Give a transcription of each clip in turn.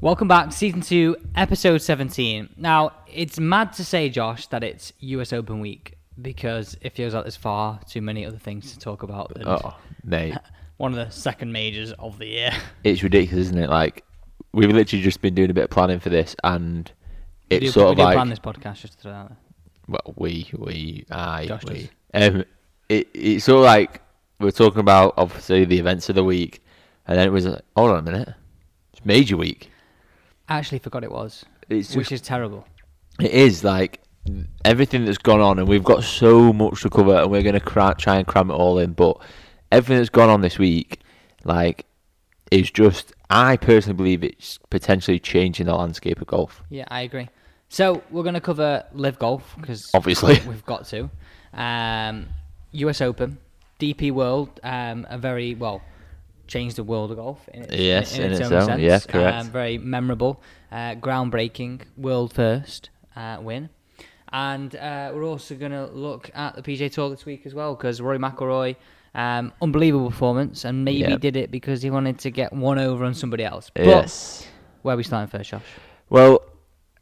Welcome back to season two, episode 17. Now, it's mad to say, Josh, that it's US Open week because it feels like there's far too many other things to talk about than Oh, mate, one of the second majors of the year. it's ridiculous, isn't it? Like we've literally just been doing a bit of planning for this, and we it's do, sort we of do like plan this podcast just to throw out there. well, we we I Josh we. Um, it it's sort of like we're talking about obviously the events of the week, and then it was like, hold on a minute, it's major week. I actually forgot it was, It's just, which is terrible. it is like everything that's gone on, and we've got so much to cover, and we're gonna cra- try and cram it all in. But everything that's gone on this week, like, is just. I personally believe it's potentially changing the landscape of golf. Yeah, I agree. So we're going to cover live golf because Obviously. we've got to. Um, U.S. Open, DP World, um, a very well changed the world of golf. In its, Yes, in, in its, its own, own, sense. yeah, correct. Um, very memorable, uh, groundbreaking, world first uh, win. And uh, we're also going to look at the PJ Tour this week as well because Rory McIlroy, um, unbelievable performance, and maybe Yep. did it because he wanted to get one over on somebody else. But Yes. where are we starting first, Josh? Well,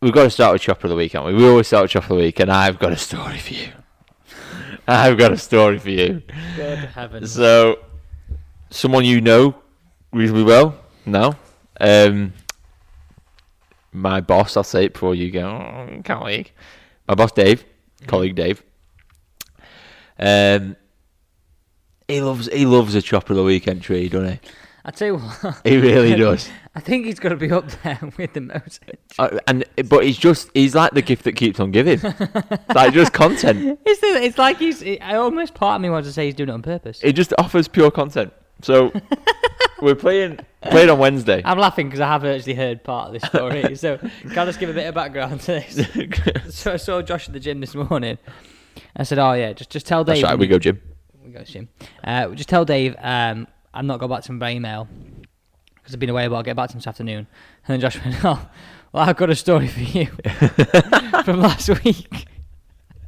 we've got to start with Chopper of the Week, haven't we? We always start with Chopper of the Week, and I've got a story for you. I've got a story for you. Good heavens. So, someone you know reasonably well now. Um, my boss, I'll say it before you go, "Oh, colleague. My boss, Dave, colleague Dave. Um, he loves he loves a chopper of the week entry, doesn't I tell you what. he? He really does. I think he's got to be up there with the most. Uh, and but he's just he's like the gift that keeps on giving. It's like just content. It's, the, it's like he's. I almost part of me wants to say he's doing it on purpose. It just offers pure content. So we're playing played on Wednesday. I'm laughing because I have actually heard part of this story. so can I just give a bit of background to this? so I saw Josh at the gym this morning. I said, "Oh yeah, just just tell Dave." That's right, when we you- go Jim. We go Jim. Uh, just tell Dave um, I've not got back to him by email because I've been away, but I'll get back to him this afternoon. And then Josh went, "Oh, well, I've got a story for you from last week."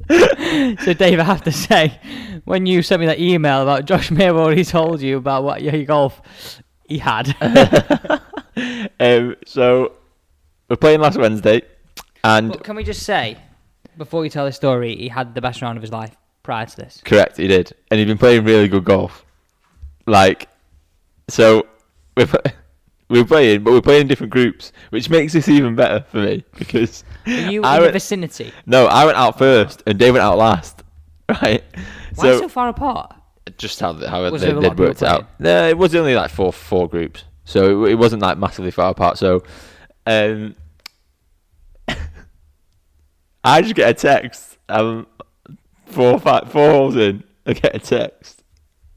so Dave, I have to say, when you sent me that email about Josh Mayer already told you about what your golf he had, Um, so we're playing last Wednesday, and but can we just say before you tell this story, he had the best round of his life prior to this. correct, he did, and he'd been playing really good golf. Like, so we're pl- we're playing, but we're playing in different groups, which makes this even better for me because Were you I in the went- vicinity? No, I went out first, and Dave went out last. Right. Why so, so far apart? just how how Was they, there a lot they'd of people worked it out. No, it was only like four four groups, so it, it wasn't like massively far apart. So, um, I just get a text. Um, four five four holes in, I get a text.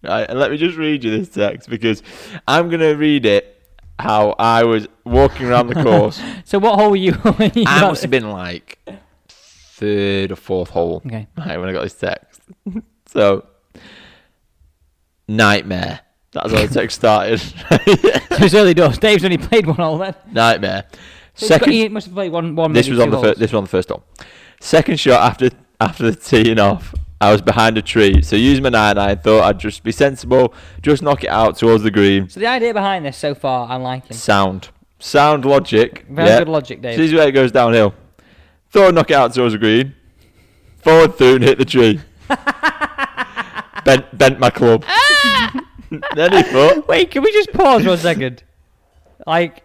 Right, and let me just read you this text because I'm gonna read it. How I was walking around the course. So what hole were you? When you I got must have been like third or fourth hole Okay. right, when I got this text. so, nightmare. That's how the text started. So it's early doors. Dave's only played one hole then. nightmare. So he's got- Second, he must have played one. one this maybe was on two the holes. first. This was on the first hole. Second shot after after the teeing off, I was behind a tree. So using my nine iron, thought I'd just be sensible, just knock it out towards the green. So the idea behind this so far, I'm liking. Sound, sound logic. Very yeah. good logic, Dave. So this is where it goes downhill. Throw a knock it out towards the green. Forward through and hit the tree. bent, bent my club. Ah! then he thought, Wait, can we just pause one second? Like,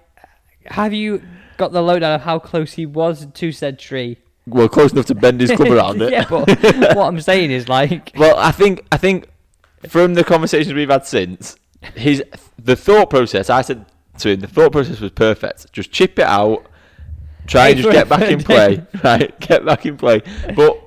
have you got the lowdown of how close he was to said tree? well, close enough to bend his club around it. yeah, but what I'm saying is like, Well, I think, I think from the conversations we've had since, his the thought process, I said to him, the thought process was perfect. Just chip it out, try and Hey, just get back in Brendan. play. Right, get back in play. But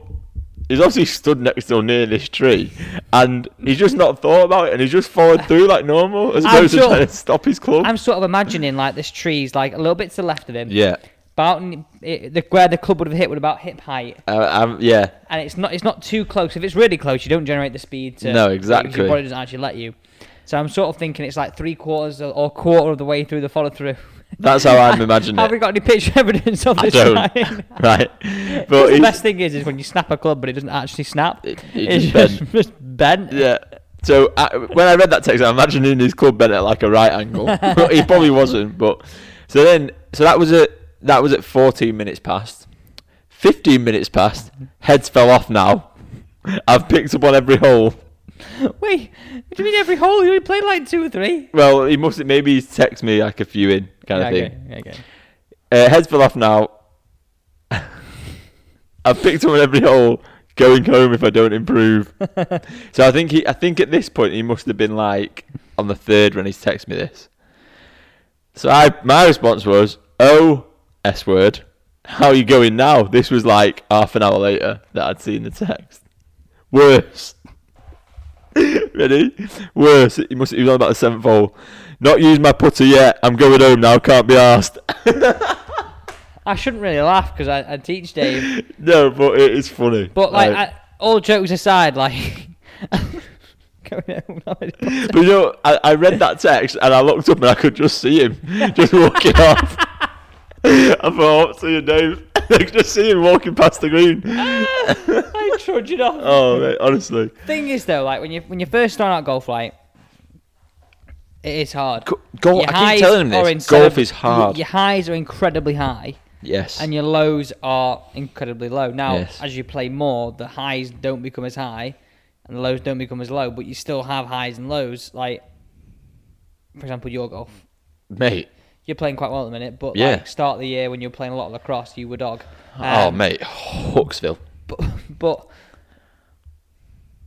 he's obviously stood next to or near this tree, and he's just not thought about it, and he's just followed through like normal, as I'm opposed sure- to trying to stop his club. I'm sort of imagining like this tree's like a little bit to the left of him. yeah, About n- it, the, where the club would have hit would about hip height, uh, I'm, yeah, and it's not it's not too close. If it's really close, you don't generate the speed. To, No, because Your exactly. body doesn't actually let you. So I'm sort of thinking it's like three quarters or- or quarter of the way through the follow through. that's how I'm imagining Have we it. got any picture evidence of I this? don't. trying? Right, but the he's- best thing is, is when you snap a club, but it doesn't actually snap. it- it It's just just, bent. just bent. Yeah. So I, when I read that text, I'm imagining his club bent at like a right angle, but he probably wasn't. But so then So that was at that was at 14 minutes past. 15 minutes past. Heads fell off now. I've picked up on every hole. Wait, what do you mean every hole? You only played like two or three. Well, he must maybe he's text me like a few in kind yeah, of okay, thing. yeah, okay. Uh, heads fell off now. I've picked up on every hole. Going home if I don't improve. so I think he, I think at this point he must have been like on the third when he's texted me this. So I, my response was, "Oh, s word, how you going now?" This was like half an hour later that I'd seen the text. Worse. Ready? Worse. He must. He was on about the seventh hole. Not used my putter yet. I'm going home now. Can't be asked. I shouldn't really laugh because I, I teach Dave. no, but it is funny. But like, I, all jokes aside, like going home. now, I don't- but you know, I, I read that text and I looked up and I could just see him just walking off. I thought, see you, Dave. I could just see him walking past the green. I trudge it off. Oh, mate, honestly. Thing is though, like when you when you first start out golf, like it is hard. Go- golf- Your I keep highs telling him this, are golf is hard. Your highs are incredibly high, Yes. and your lows are incredibly low. Now, Yes. as you play more, the highs don't become as high, and the lows don't become as low. But you still have highs and lows. Like, for example, your golf. mate. You're playing quite well at the minute, but Yeah. like start of the year when you're playing a lot of lacrosse, you were dog. oh, Um, mate. Hawksville. but but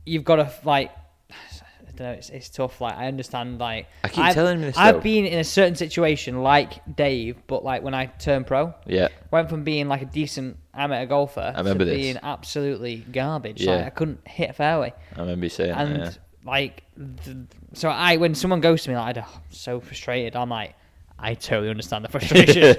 you've got to like I don't know. It's, it's tough. Like I understand. Like I keep I've- telling you this, I've though. been in a certain situation like Dave, but like when I turned pro, Yeah. went from being like a decent amateur golfer I remember to this. being absolutely garbage. Yeah. Like I couldn't hit a fairway, I remember you saying and that. like th- so I when someone goes to me like "Oh, I'm so frustrated, I'm like. I totally understand the frustration.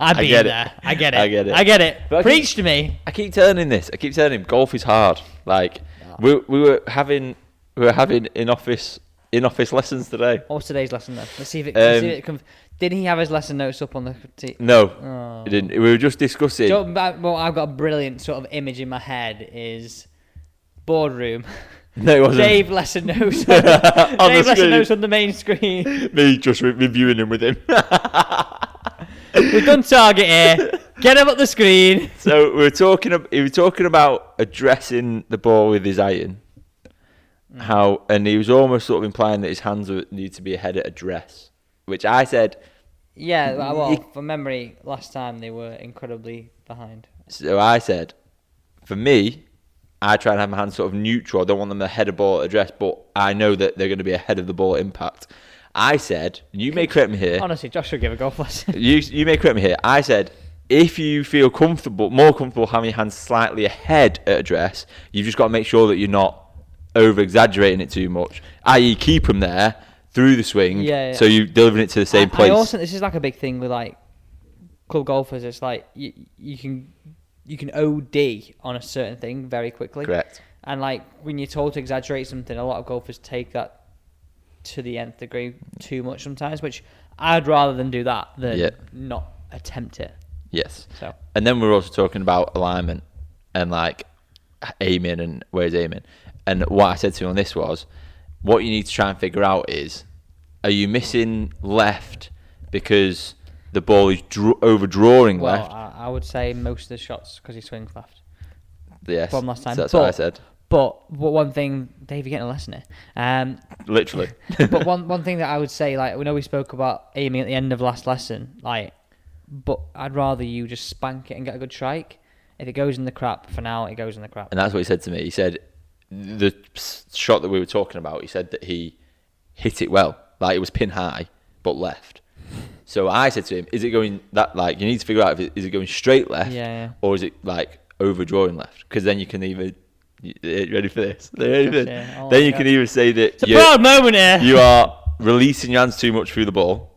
I've I been get it. there. I get it. I get it. I get it. But I keep- Preach to me. I keep telling him this. I keep telling him golf is hard. Like we we were having we were having in office in office lessons today. What was today's lesson then? Let's see if it. let's see Um, Mm. if it conf- did he have his lesson notes up on the? T- No, Oh. it didn't. We were just discussing. Don't- but- well, I've got a brilliant sort of image in my head. Is boardroom. no, it wasn't Dave lesson notes. on the- Dave On the lesson screen. notes on the main screen. me just re- reviewing him with him. We've done target here. Get him up the screen. so we were talking. ab- He was talking about addressing the ball with his iron. Hmm. How and he was almost sort of implying that his hands were- need to be ahead at address, which I said. Yeah, well, well, Ye- from memory, last time they were incredibly behind. So I said, for me, I try and have my hands sort of neutral. I don't want them ahead of ball at address, but I know that they're going to be ahead of the ball at impact. I said, you may correct me here. Honestly, Josh should give a golf lesson. you you may correct me here. I said if you feel comfortable, more comfortable having your hands slightly ahead at address, you've just got to make sure that you're not over exaggerating it too much. I.e., keep them there through the swing, Yeah, yeah. so you're delivering it to the same I- place. I also this is like a big thing with like club golfers. It's like you you can you can OD on a certain thing very quickly. Correct. And like when you're told to exaggerate something, a lot of golfers take that to the nth degree too much sometimes. Which I'd rather than do that than Yeah. not attempt it. Yes. So And then we we're also talking about alignment and like aiming and where's aiming. And what I said to you on this was, what you need to try and figure out is, are you missing left because the ball is dr- overdrawing well, left? I, I would say most of the shots because he swings left. Yes. from last time, So that's what I but- said. But, but one thing, Dave, you're getting a lesson here. Um, Literally. but one one thing that I would say, like we know we spoke about aiming at the end of last lesson, like, but I'd rather you just spank it and get a good strike. If it goes in the crap, for now it goes in the crap. and that's what he said to me. He said the s- shot that we were talking about. He said that he hit it well, like it was pin high, but left. So I said to him, "Is it going that like you need to figure out if it, is it going straight left, Yeah, yeah. or is it like overdrawing left? Because then you can either you- eh, ready for this, ready for this? Yeah, oh then my you God. can either say that It's a you- proud moment here. you are releasing your hands too much through the ball,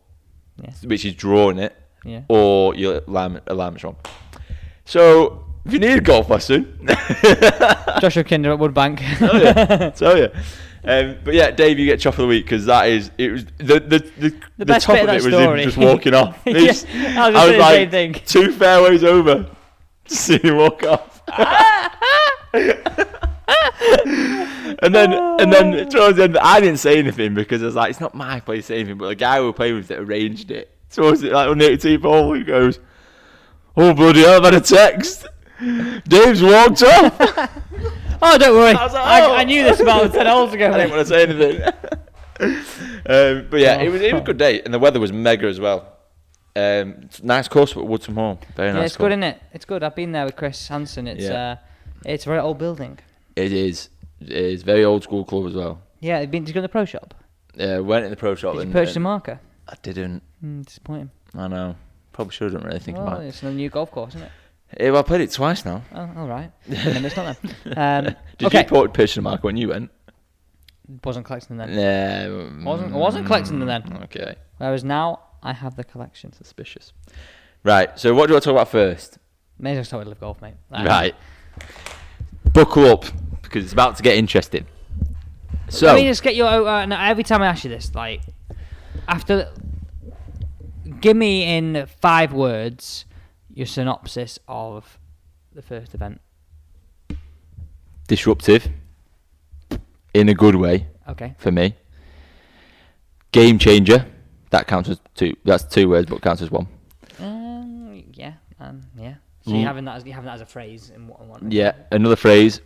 Yeah. which is drawing it, Yeah. or your alignment, alignment's wrong. So if you need a golf lesson. Joshua Kinder at Woodbank. tell you, tell you. Um, but yeah, Dave, you get chop of the week because that is it was the the the, the, best top bit of of it was that him story. just walking off. Yeah, He's- I was gonna say the same thing. two fairways over, just see him walk off. and then and then towards the end, I didn't say anything because I was like, it's not my place to say anything. But the guy we were playing with that arranged it So what was it like on the 18th hole? He goes, "Oh bloody hell, I've had a text. Dave's walked off." Oh, don't worry. I I, was like, oh. I knew this about ten holes ago. I didn't Mate. want to say anything. um, but yeah, it was it was a good day, and the weather was mega as well. Um, it's a nice course at Woodson Hall. Very Yeah, nice. it's course. good, isn't it? It's good. I've been there with Chris Hansen. It's Yeah. uh, it's a very old building. It is. It is very old school club as well. Yeah, they've been to go to the pro shop. Uh, went in the pro shop. Did you and- purchase a and marker? I didn't. Mm, disappointing. I know. Probably should. not really think well, about it. it's a new golf course, isn't it? Yeah, well, I played it twice now. Oh, all right. and it's not them. Um, Did okay. you put pitch the mark when you went? wasn't collecting them then. No. Wasn't- I wasn't collecting them then. Mm, Okay. Whereas now I have the collection. Suspicious. Right. So what do you want to talk about first? May as well start with live golf, mate. Um, Right. Buckle up because it's about to get interesting. So Let me just get your. Uh, no, every time I ask you this, like, after. Give me in five words your synopsis of the first event. disruptive in a good way Okay. for me. Game changer. That counts as two. That's two words, but counts as one. Um, yeah. Um, yeah. So you're having that as you having that as a phrase in one. one Mm. Yeah. Another phrase.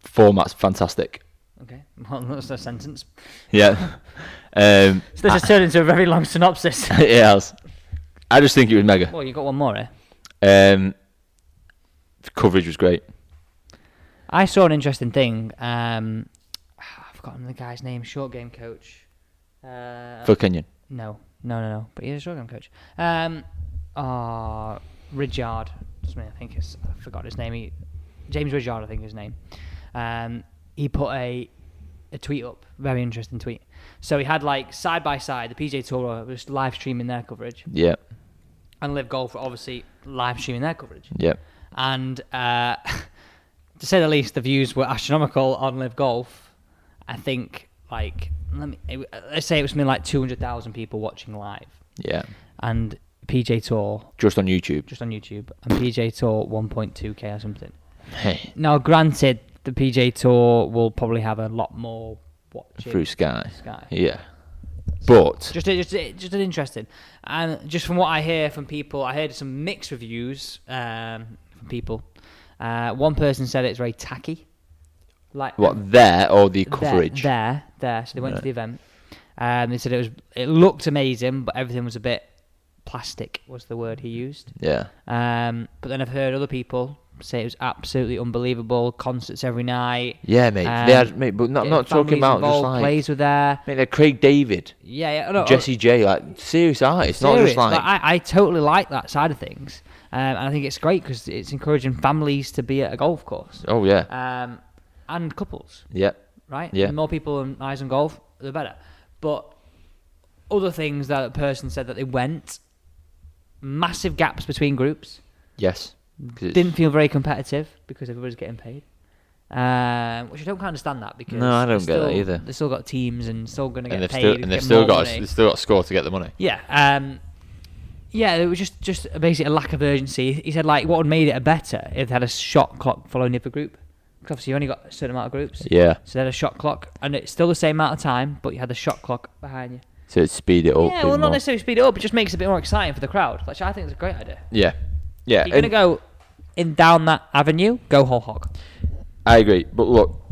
Format's fantastic. Okay. Well, that's a sentence. Yeah. um, So this has turned into a very long synopsis. it has. I just think it was mega. well, you got one more. Eh? Um, the coverage was great. I saw an interesting thing. Um, I've forgotten the guy's name. Short game coach. Uh, Phil Kenyon. No, no, no, no. But he's a short game coach. Um, ah, Richard Smith. I think it's. I forgot his name. He, James Richard, I think his name. Um, he put a a tweet up. Very interesting tweet. So he had like side by side the PJ Tour was live streaming their coverage Yeah. and Live Golf were obviously live streaming their coverage. Yeah. And uh, to say the least, the views were astronomical on Live Golf. I think like let me it, let's say it was something like two hundred thousand people watching live Yeah. and PJ Tour Just on YouTube. just on YouTube and PJ Tour 1.2k or something. Hey. Now, granted, the PJ Tour will probably have a lot more watching. Through Sky. Sky. Yeah. But Just, just, just an interesting, and just from what I hear from people, I heard some mixed reviews um, from people. Uh, one person said it's very tacky, like what there or the there- coverage? There, there. So they went Right. to the event. Um, they said it was it looked amazing, but everything was a bit plastic. Was the word he used? Yeah. Um, but then I've heard other people say it was absolutely unbelievable. Concerts every night. Yeah, mate. Um, they had, mate, but not yeah, not families talking about just involved, like plays were there. mate, they're Craig David, Yeah, yeah. No, Jesse J, like serious artists, not just serious. like, I, I totally like that side of things, um, and I think it's great because it's encouraging families to be at a golf course, oh yeah, um, and couples, yeah, right? Yeah. The more people and eyes on golf, the better. But other things that a person said that they went, massive gaps between groups. yes. 'Cause it's- Didn't feel very competitive because everybody's getting paid. Um, which I don't quite understand that because No, I they're don't get that still- either. They've still got teams and still going to get and they've paid. still and get they've still more got money. a, they've still got a score to get the money. Yeah. Um, yeah, it was just, just basically a lack of urgency. He said, like, what would have made it a better if they had a shot clock following the other group? 'Cause obviously you only got a certain amount of groups. Yeah, So they had a shot clock, and it's still the same amount of time, but you had a shot clock behind you. so it's speed it up. yeah, well, a Oh, bit not more. necessarily speed it up, it just makes it a bit more exciting for the crowd, which I think is a great idea. Yeah, yeah. If you're going to and- go in down that avenue, go whole hog. I agree, but look,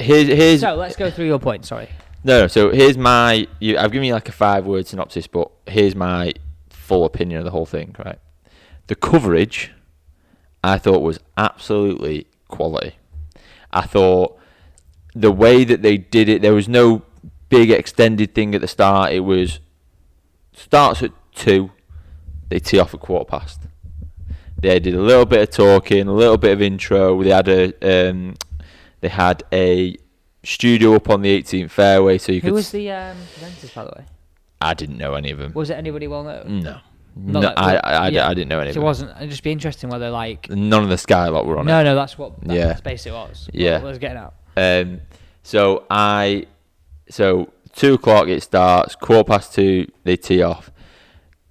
here's here's So let's go through your point, sorry. No, no. So here's my. You, I've given you like a five word synopsis, but here's my full opinion of the whole thing. Right. The coverage, I thought was absolutely quality. I thought the way that they did it, there was no big extended thing at the start. It was starts at two, they tee off at quarter past. They did a little bit of talking, a little bit of intro. They had a um, they had a studio up on the 18th fairway, so you could. Who was s- the um, presenters, by the way? I didn't know any of them. Was it anybody well known? No, Not no, that- I, I, I, yeah. I didn't know any So of it them. wasn't. It'd just be interesting whether, like, None of the Skylock were on no, it. no, that's what that's Yeah. basically what it was. Yeah. what I was getting out. Um, so I, so two o'clock it starts. Quarter past two they tee off.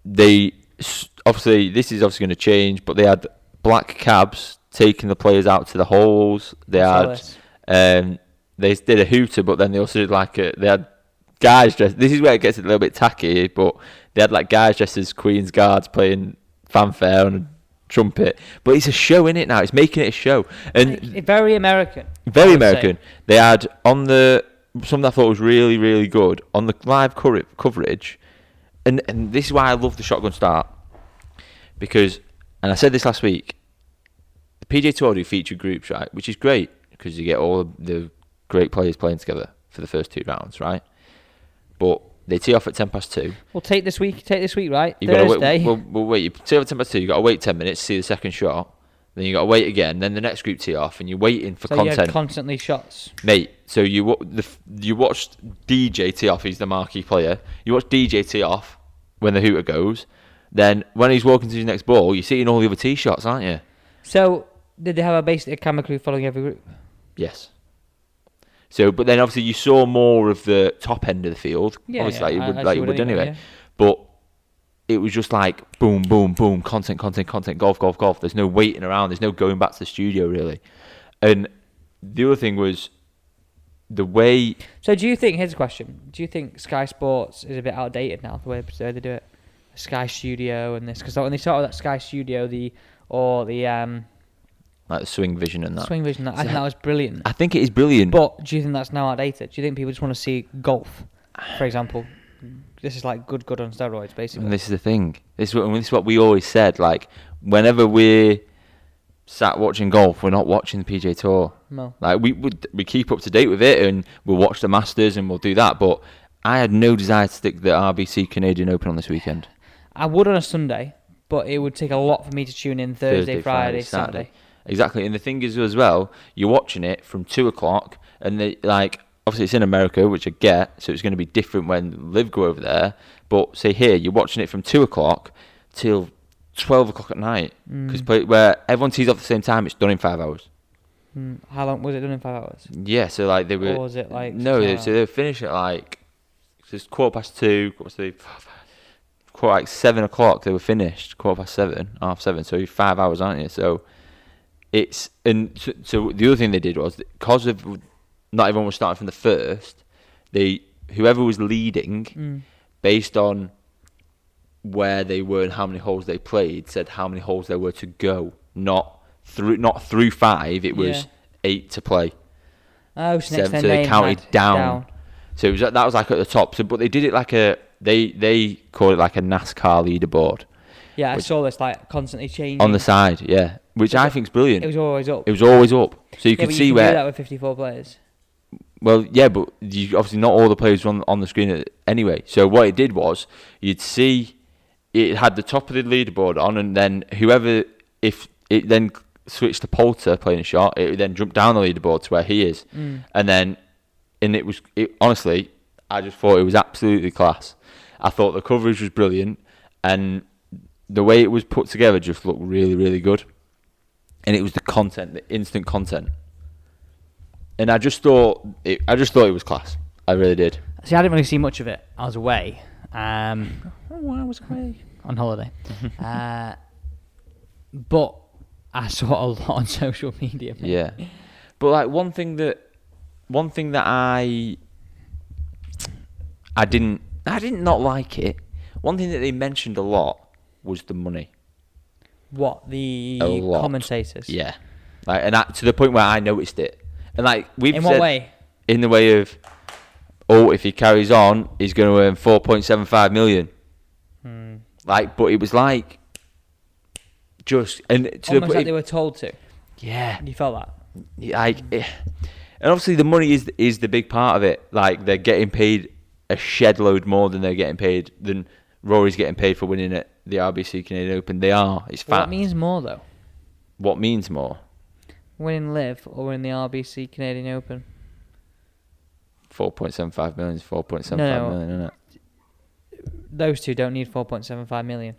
They s- obviously this is obviously going to change, but they had black cabs taking the players out to the holes. They I saw had this. um, they did a hooter, but then they also did like a they had guys dressed. This is where it gets a little bit tacky, but they had like guys dressed as Queen's guards playing fanfare and a trumpet. But it's a show in it now. It's making it a show, and uh, Very American. very I would say. American. They had on the something I thought was really really good on the live cover- coverage, and and this is why I love the shotgun start because, and I said this last week, the PJ Tour do featured groups right, which is great because you get all the great players playing together for the first two rounds, right? But they tee off at ten past two. Well, take this week. Take this week, right? You gotta Thursday. wait. Well, well, wait. You tee off at ten past two. You got to wait ten minutes to see the second shot. Then you got to wait again. Then the next group tee off, and you're waiting for so you had content constantly shots. mate. So you wa- the, f- you watched DJ tee off. He's the marquee player. You watch DJ tee off when the hooter goes. Then when he's walking to his next ball, you're seeing all the other tee shots, aren't you? So did they have a basic camera crew following every group? Yes. So, but then obviously you saw more of the top end of the field. Yeah, yeah, obviously, like I- you I would, like see you what would you mean, anyway. yeah. But it was just like boom, boom, boom, content, content, content, golf, golf, golf. There's no waiting around. There's no going back to the studio really. And the other thing was the way So do you think? Here's a question. Do you think Sky Sports is a bit outdated now the way the way they do it? Sky Studio and this because when they started that Sky Studio, the or the um, like the swing vision and that. Swing Vision, I think that was brilliant. I think it is brilliant. But do you think that's now outdated? Do you think people just want to see golf, for example? This is like good, good on steroids, basically. and this is the thing. This is, what, and this is what we always said. Like whenever we're sat watching golf, we're not watching the PJ Tour. No. Like we would we keep up to date with it, and we'll watch the Masters and we'll do that. But I had no desire to stick the RBC Canadian Open on this weekend. I would on a Sunday, but it would take a lot for me to tune in Thursday, Friday, Saturday. Exactly. And the thing is as well, you're watching it from two o'clock and they like obviously it's in America, which I get, so it's gonna be different when Live go over there. But say here, you're watching it from two o'clock till twelve o'clock at night. Because Hmm. where everyone tees off at the same time, it's done in five hours. Mm, How long was it done in five hours? Yeah, so like they were Or was Oh, it, like, No, six they, hours? so they finish at like just quarter past two, quarter past three, quarter like seven o'clock. They were finished quarter past seven, half seven. So you're five hours, aren't you? So it's and so, so the other thing they did was because of not everyone was starting from the first. They whoever was leading Mm. based on where they were and how many holes they played said how many holes there were to go, not through not through five. It was Yeah. eight to play Oh, so next seven, their so they name counted had down. So it was that was like at the top. So, but they did it like a they they call it like a NASCAR leaderboard Yeah, I saw this like constantly changing. on the side, yeah, which I think's brilliant. it was always up. It was always up, so you yeah, could but see you can do that where. with 54 players. Well, yeah, but you, obviously not all the players were on on the screen at- anyway. So what it did was you'd see it had the top of the leaderboard on, and then whoever if it then switched to Poulter playing a shot, it would then jumped down the leaderboard to where he is, and then and it was it, honestly, I just thought it was absolutely class. I thought the coverage was brilliant, and the way it was put together just looked really, really good. And it was the content, the instant content, and I just thought, it, I just thought it was class. I really did. See, I didn't really see much of it. I was away. Um, oh, I was away on holiday. uh, but I saw a lot on social media. mate. Yeah. But like one thing that one thing that I I didn't I didn't not like it. One thing that they mentioned a lot was the money. What the A lot. commentators? Yeah. Like and that, to the point where I noticed it. And like we've In what said- way? In the way of oh, if he carries on, he's gonna earn four point seven five million. Hmm. Like but it was like just and to Almost the like point they were told to. Yeah. You felt that? like eh, and obviously the money is is the big part of it like they're getting paid a shed load more than they're getting paid than Rory's getting paid for winning at the RBC Canadian Open they are it's Well, fact What means more though? what means more Winning live or in the RBC Canadian Open? 4.75 million is 4.75 No. million isn't it Those two don't need 4.75 million.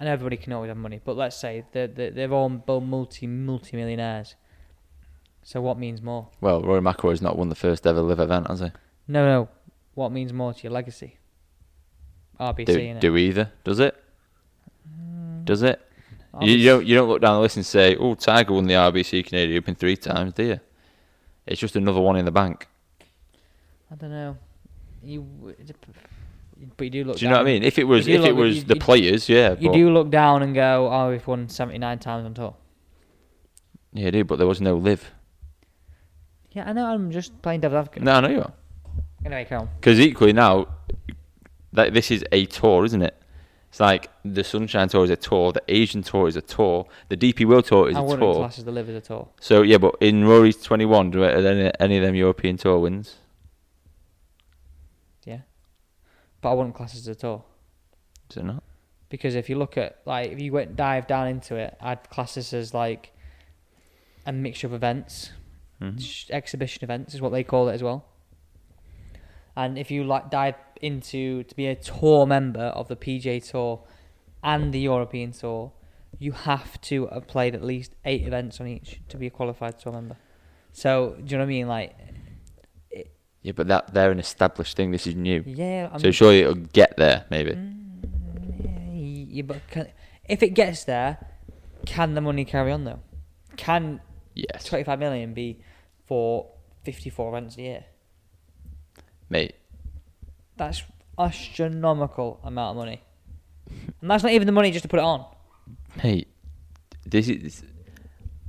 And everybody can always have money, but let's say they're, they're, they're all both multi multi millionaires. So what means more? well Rory McIlroy's not won the first ever live event has he No, no. What means more to your legacy? RBC, do, innit? do either does it Mm, does it you, you don't you don't look down the list and say oh Tiger won the RBC Canadian Open three times do you it's just another one in the bank I don't know. You, w- but you do look. Do you know what I down. mean? If it was, You do if it look- was you- the you- players, yeah. You but, do look down and go, "Oh, we've won seventy nine times on top." Yeah, you do. But there was no live. Yeah, I know. I'm just playing devil's advocate. No, I know you are. Anyway, come on. Because equally now, like this is a tour, isn't it? It's like the Sunshine Tour is a tour, the Asian Tour is a tour, the DP World Tour is I a wouldn't tour. class as the livers at all. So yeah, but in Rory's twenty-one, do any, any of them European Tour wins? Yeah, but I wouldn't class as at all Is it not? because if you look at like if you went dive down into it, I'd class this as like a mixture of events. Mhm. sh- exhibition events is what they call it as well. And if you like dive into to be a tour member of the PJ Tour and the European Tour, you have to have played at least eight events on each to be a qualified tour member. So do you know what I mean? Like, Yeah, but that they're an established thing. This is new. yeah, I'm, so surely it'll get there, maybe. Mm, yeah, but can, if it gets there, can the money carry on though? Can Yes, twenty five million be for fifty four events a year? mate. That's astronomical amount of money. And that's not even the money just to put it on. Mate, this is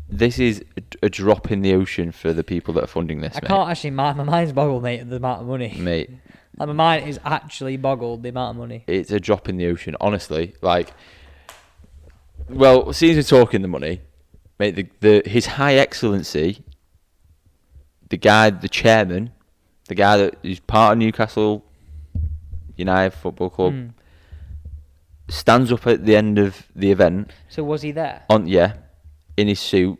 this is a- a drop in the ocean for the people that are funding this, I mate. can't actually, my, my mind's boggled, mate, at the amount of money. Mate, Like, my mind is actually boggled, the amount of money. it's a drop in the ocean, honestly. Like, well, since we're talking the money, mate, the, the his high excellency, the guy, the chairman, the guy that is part of Newcastle United Football Club, Mm. stands up at the end of the event So was he there? on yeah, in his suit.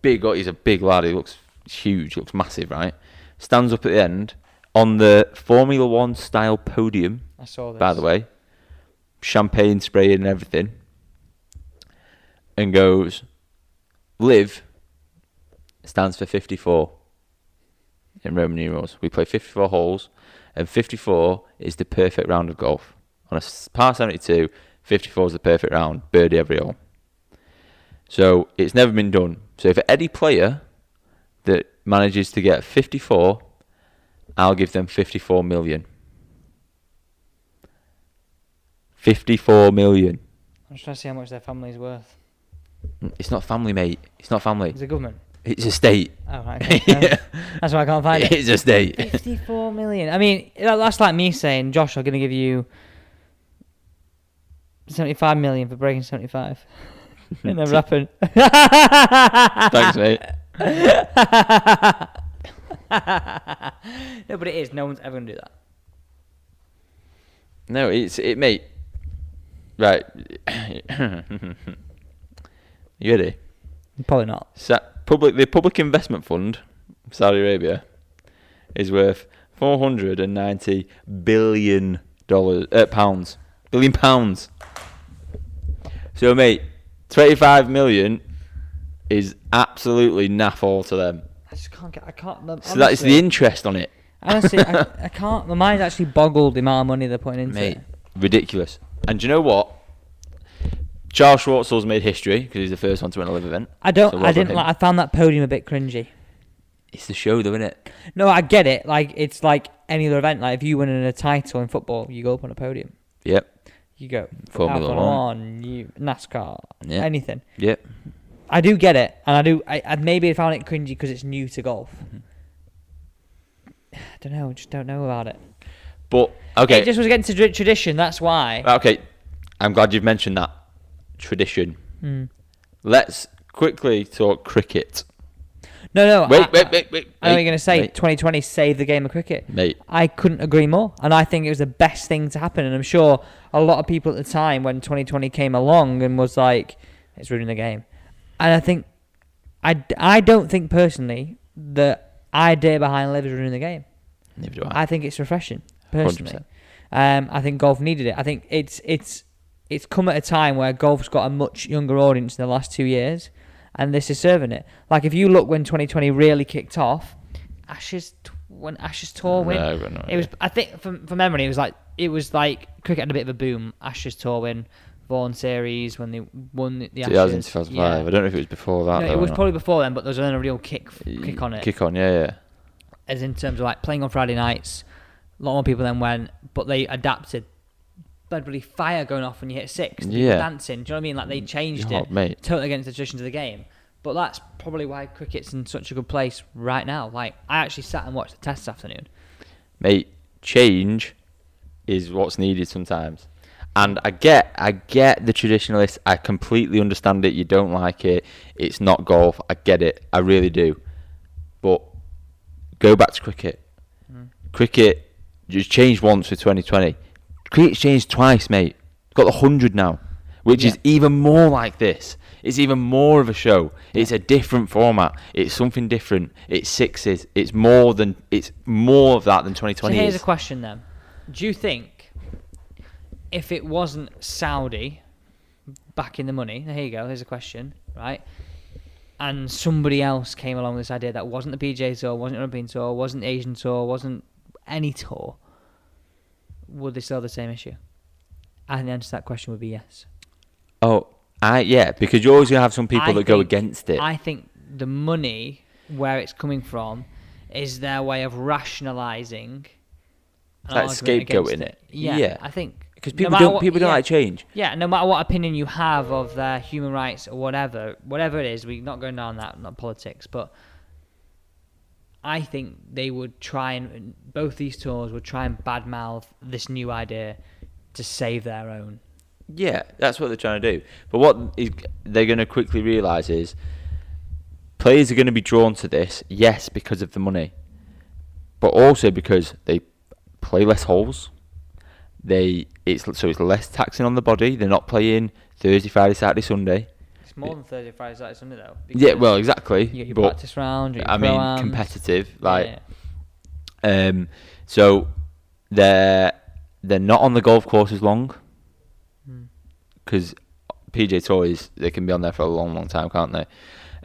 Big, oh, he's a big lad. He looks huge. Looks massive, right? Stands up at the end on the Formula One style podium I saw this. by the way, champagne spraying and everything, and goes, Live stands for 54 in Roman numerals. We play 54 holes, and 54 is the perfect round of golf. On a s- par 72, 54 is the perfect round, birdie every hole. So it's never been done. So for any player that manages to get 54, I'll give them 54 million. 54 million. I'm just trying to see how much their family's worth. It's not family, mate. It's not family. It's the government. It's a state. Oh, right. okay. that's why I can't find it. It's a state. 54 million. I mean, that- that's like me saying, Josh, I'm going to give you 75 million for breaking 75. it never happened. Thanks, mate. no, but it is. No one's ever going to do that. No, it's it, mate. Right. you ready? Probably not. Sa- public, the Public Investment Fund, of Saudi Arabia, is worth 490 billion dollars, uh, pounds, billion pounds. So, mate, 25 million is absolutely naff all to them. I just can't get. I can't. the- So that is the honestly- interest on it, honestly, I, I can't. My mind's actually boggled the amount of money they're putting into mate. it. Ridiculous. And do you know what? Charles Schwartzel's made history because he's the first one to win a live event. I don't. So well I done didn't him. like. I found that podium a bit cringy. It's the show, though, isn't it? No, I get it. Like it's like any other event. Like if you win a title in football, you go up on a podium. Yep. You go Formula Formula One. One, you NASCAR, Yeah. anything. Yep. I do get it, and I do. I, I maybe I found it cringy because it's new to golf. Mm-hmm. I don't know. Just don't know about it. But okay. Uh, It just was getting to tra- tradition. That's why. Okay, I'm glad you've mentioned that tradition. Mm. Let's quickly talk cricket. No, no. Wait, I, wait, wait, wait. I know what you're gonna say. Mate, 2020 saved the game of cricket. mate, I couldn't agree more, and I think it was the best thing to happen. And I'm sure a lot of people at the time when 2020 came along and was like, "It's ruining the game," and I think I, I don't think personally the idea behind live is ruining the game. neither do I. I think it's refreshing personally. 100%. Um, I think golf needed it. I think it's it's it's come at a time where golf's got a much younger audience in the last two years, and this is serving it. Like if you look when 2020 really kicked off, Ashes t- when Ashes tour win, No, I've got no it was I think from from memory it was like it was like cricket had a bit of a boom. Ashes tour win, Vaughan series when they won the, the 2000, Ashes. 2005. Yeah. I don't know if it was before that. No, though, it or was not. probably before then, but there was a real kick kick on it Kick on, yeah, yeah. as in terms of like playing on Friday nights, lot more people then went, but they adapted. Bloody fire going off when you hit six. people Yeah. dancing. Do you know what I mean? Like they changed Oh, it mate. totally against the traditions of the game. But that's probably why cricket's in such a good place right now. Like I actually sat and watched the test this afternoon. mate, change is what's needed sometimes. And I get, I get the traditionalists. I completely understand it. You don't like it. It's not golf. I get it. I really do. But go back to cricket. Mm. Cricket just changed once for 2020. Cricket's changed twice, mate. Got the hundred now, which is even more like this. It's even more of a show. It's a different format. It's something different. It's sixes. It's more than. It's more of that than 2020. So here's a is. question then: Do you think if it wasn't Saudi back in the money? Here you go. Here's a question, right? And somebody else came along with this idea that wasn't the PJ tour, wasn't European tour, wasn't Asian tour, wasn't any tour. Would they still have the same issue? I think the answer to that question would be yes. Oh, I yeah, because you're always gonna have some people I that go think- against it. I think the money, where it's coming from, is their way of rationalising. an Like argument against scapegoating it. Yeah, Yeah. I think because no people matter don't what- people don't yeah. like change. Yeah, no matter what opinion you have of their human rights or whatever, whatever it is, we're not going down that, not politics, but I think they would try and, both these tours would try and badmouth this new idea to save their own. Yeah, that's what they're trying to do. But what is, they're going to quickly realise is players are going to be drawn to this, yes, because of the money, but also because they play less holes. They it's so it's less taxing on the body. They're not playing Thursday, Friday, Saturday, Sunday. It's more than Thursday, Friday, Saturday, Sunday, though. Yeah, because well, exactly. You get your but practice round, you get your I mean, pro-ams. competitive. Yeah, Like yeah. Um, so they're they're not on the golf course as long Hmm. because PJ Tour is they can be on there for a long, long time, can't they?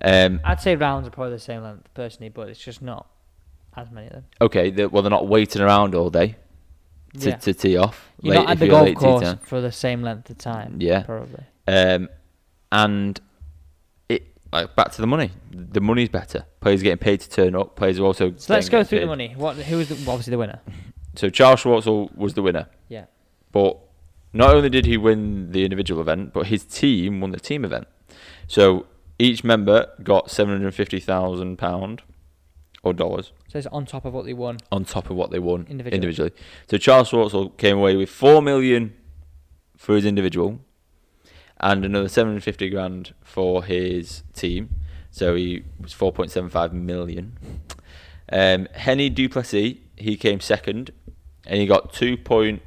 Um, I'd say rounds are probably the same length personally, but it's just not as many of them. okay, they well they're not waiting around all day to, yeah. to tee off. you're late- not at if the you're golf late tee course time. for the same length of time. Yeah. Probably. Um, and it like back to the money. The money's better. Players are getting paid to turn up. Players are also. So let's go then getting through the paid. money. What? Who was the, well, obviously the winner? So Charles Schwartzel was the winner. Yeah. But not only did he win the individual event, but his team won the team event. So each member got seven hundred fifty thousand pound or dollars So it's on top of what they won. on top of what they won Individually. individually. So Charles Schwartzel came away with four million for his individual, and another seven hundred fifty grand for his team. So he was four point seven five million. Um, Henny Duplessis he came second, and he got two point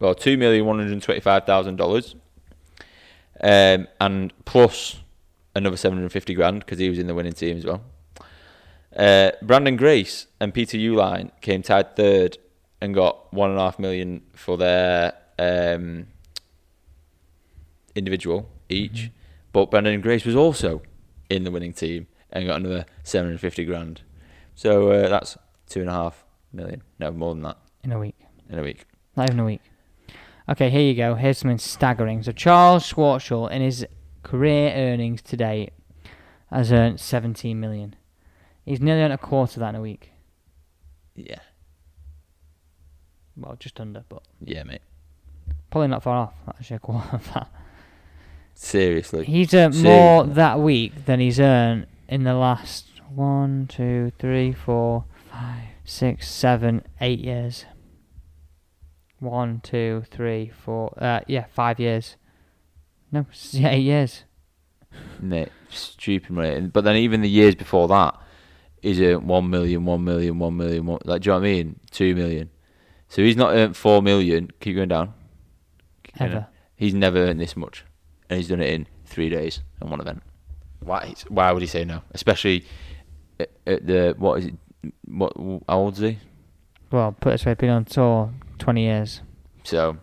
well two million one hundred twenty five thousand dollars, um, and plus another seven hundred fifty grand because he was in the winning team as well. Uh, Brandon Grace and Peter Uline came tied third and got one and a half million for their um, individual each. But Brandon Grace was also in the winning team and got another seven hundred fifty grand. So uh, that's two and a half million. No, more than that In a week. in a week. Not even a week. Okay, here you go. Here's something staggering. So Charles Schwartzel, in his career earnings today, has earned 17 million. He's nearly earned a quarter of that in a week. Yeah, Well, just under, but yeah, mate. probably not far off. Actually, a quarter of that. Seriously, He's earned Seriously. more that week than he's earned in the last one, two, three, four, five, six, seven, eight years. One, two, three, four. Uh, yeah, five years. No, s- yeah, eight years. mate, stupid money. And- But then even the years before that, he's earned one million, one million, one million, one, like do you know what I mean? Two million. So he's not earned four million. Keep going down. Keep going Ever. down. He's never earned this much, and he's done it in three days in one event. Why? Why would he say no? Especially at, at the what is it? What? How old is he? Well, put it this way, been on tour twenty years. So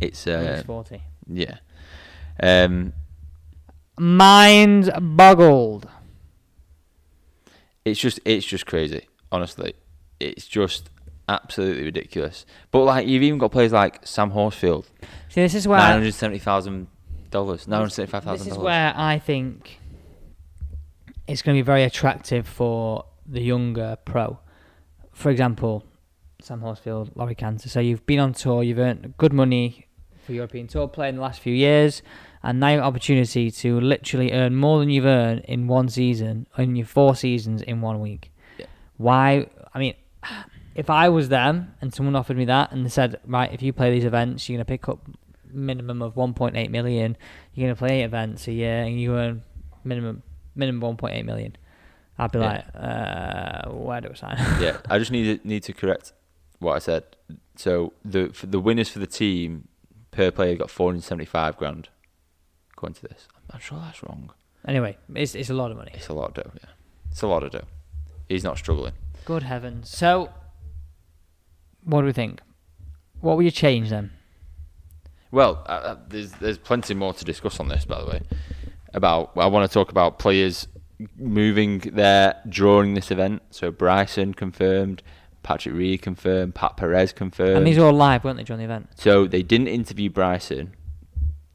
it's uh, Almost forty. yeah. Um, Mind boggled. It's just it's just crazy, honestly. It's just absolutely ridiculous. But like you've even got players like Sam Horsfield, See, this is where nine hundred seventy thousand dollars, nine hundred seventy-five This thousand is dollars. where I think it's going to be very attractive for the younger pro. For example, Sam Horsfield, Laurie Cantor. So you've been on tour, you've earned good money for European tour play in the last few years, and now you have opportunity to literally earn more than you've earned in one season, in your four seasons in one week. Yeah. Why? I mean, if I was them and someone offered me that and they said, right, if you play these events, you're gonna pick up minimum of 1.8 million. You're gonna play eight events a year and you earn minimum minimum 1.8 million. I'd be Yeah. like, uh, where do I sign? yeah, I just need to, need to correct what I said. So the for the winners for the team per player got four hundred seventy five grand. According to this, I'm sure that's wrong. Anyway, it's, it's a lot of money. It's a lot of dough. Yeah, it's a lot of dough. He's not struggling. Good heavens. So, what do we think? What would you change then? Well, uh, uh, there's there's plenty more to discuss on this, by the way. About I want to talk about players moving there during this event. So Bryson confirmed, Patrick Reed confirmed, Pat Perez confirmed. and these are all live, weren't they, during the event? so they didn't interview Bryson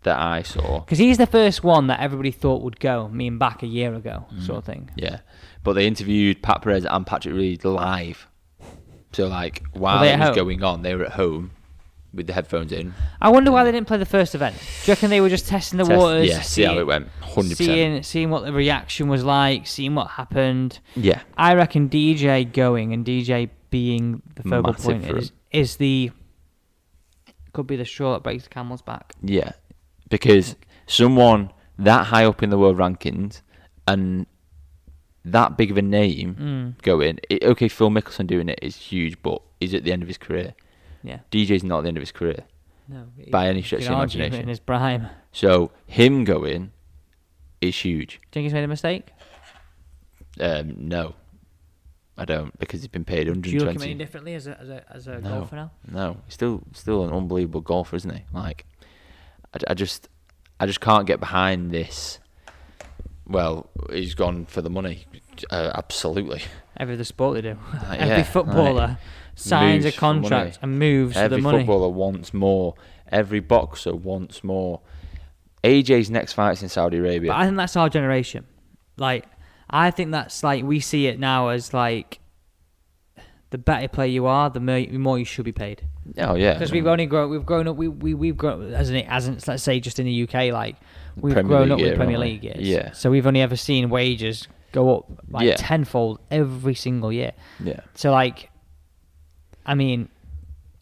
that I saw. Because he's the first one that everybody thought would go, me and back a year ago, sort of thing. Yeah, but they interviewed Pat Perez and Patrick Reed live. So like while they it at was home? going on, they were at home with the headphones in. I wonder why they didn't play the first event. Do you reckon they were just testing the Test- waters? yeah, see how it went. Hundred percent. Seeing, seeing what the reaction was like, seeing what happened. Yeah, I reckon DJ going and DJ being the focal Massive point for is, him. is the could be the straw that breaks the camel's back. yeah, because someone that high up in the world rankings and that big of a Mm, name going. It, okay, Phil Mickelson doing it is huge, but he's at the end of his career. Yeah. DJ's not at the end of his career. No. he- By any you stretch can of the argue imagination. In his prime. Do So him going is huge. you think he's made a mistake? Um, no, I don't because he's been paid Do 120. you look at him any differently as a, as a, as a golfer now? No, he's still still an unbelievable golfer, isn't he? Like, I, I just I just can't get behind this. Well, he's gone for the money, uh, absolutely. Every other sport they do. Every yeah, like, footballer signs moves a for money. contract and moves Every for the money. footballer wants more. Every boxer wants more. AJ's next fight's in Saudi Arabia. But I think that's our generation. Like, I think that's like we see it now as like the better player you are, the more, the more you should be paid. oh yeah, Because we've only grown, we've grown up, we we we've grown as an as an, let's say just in the UK, like we've Premier grown League up with era, Premier haven't League we? years. Yeah. So we've only ever seen wages go up like Yeah. tenfold every single year. yeah. So like, I mean,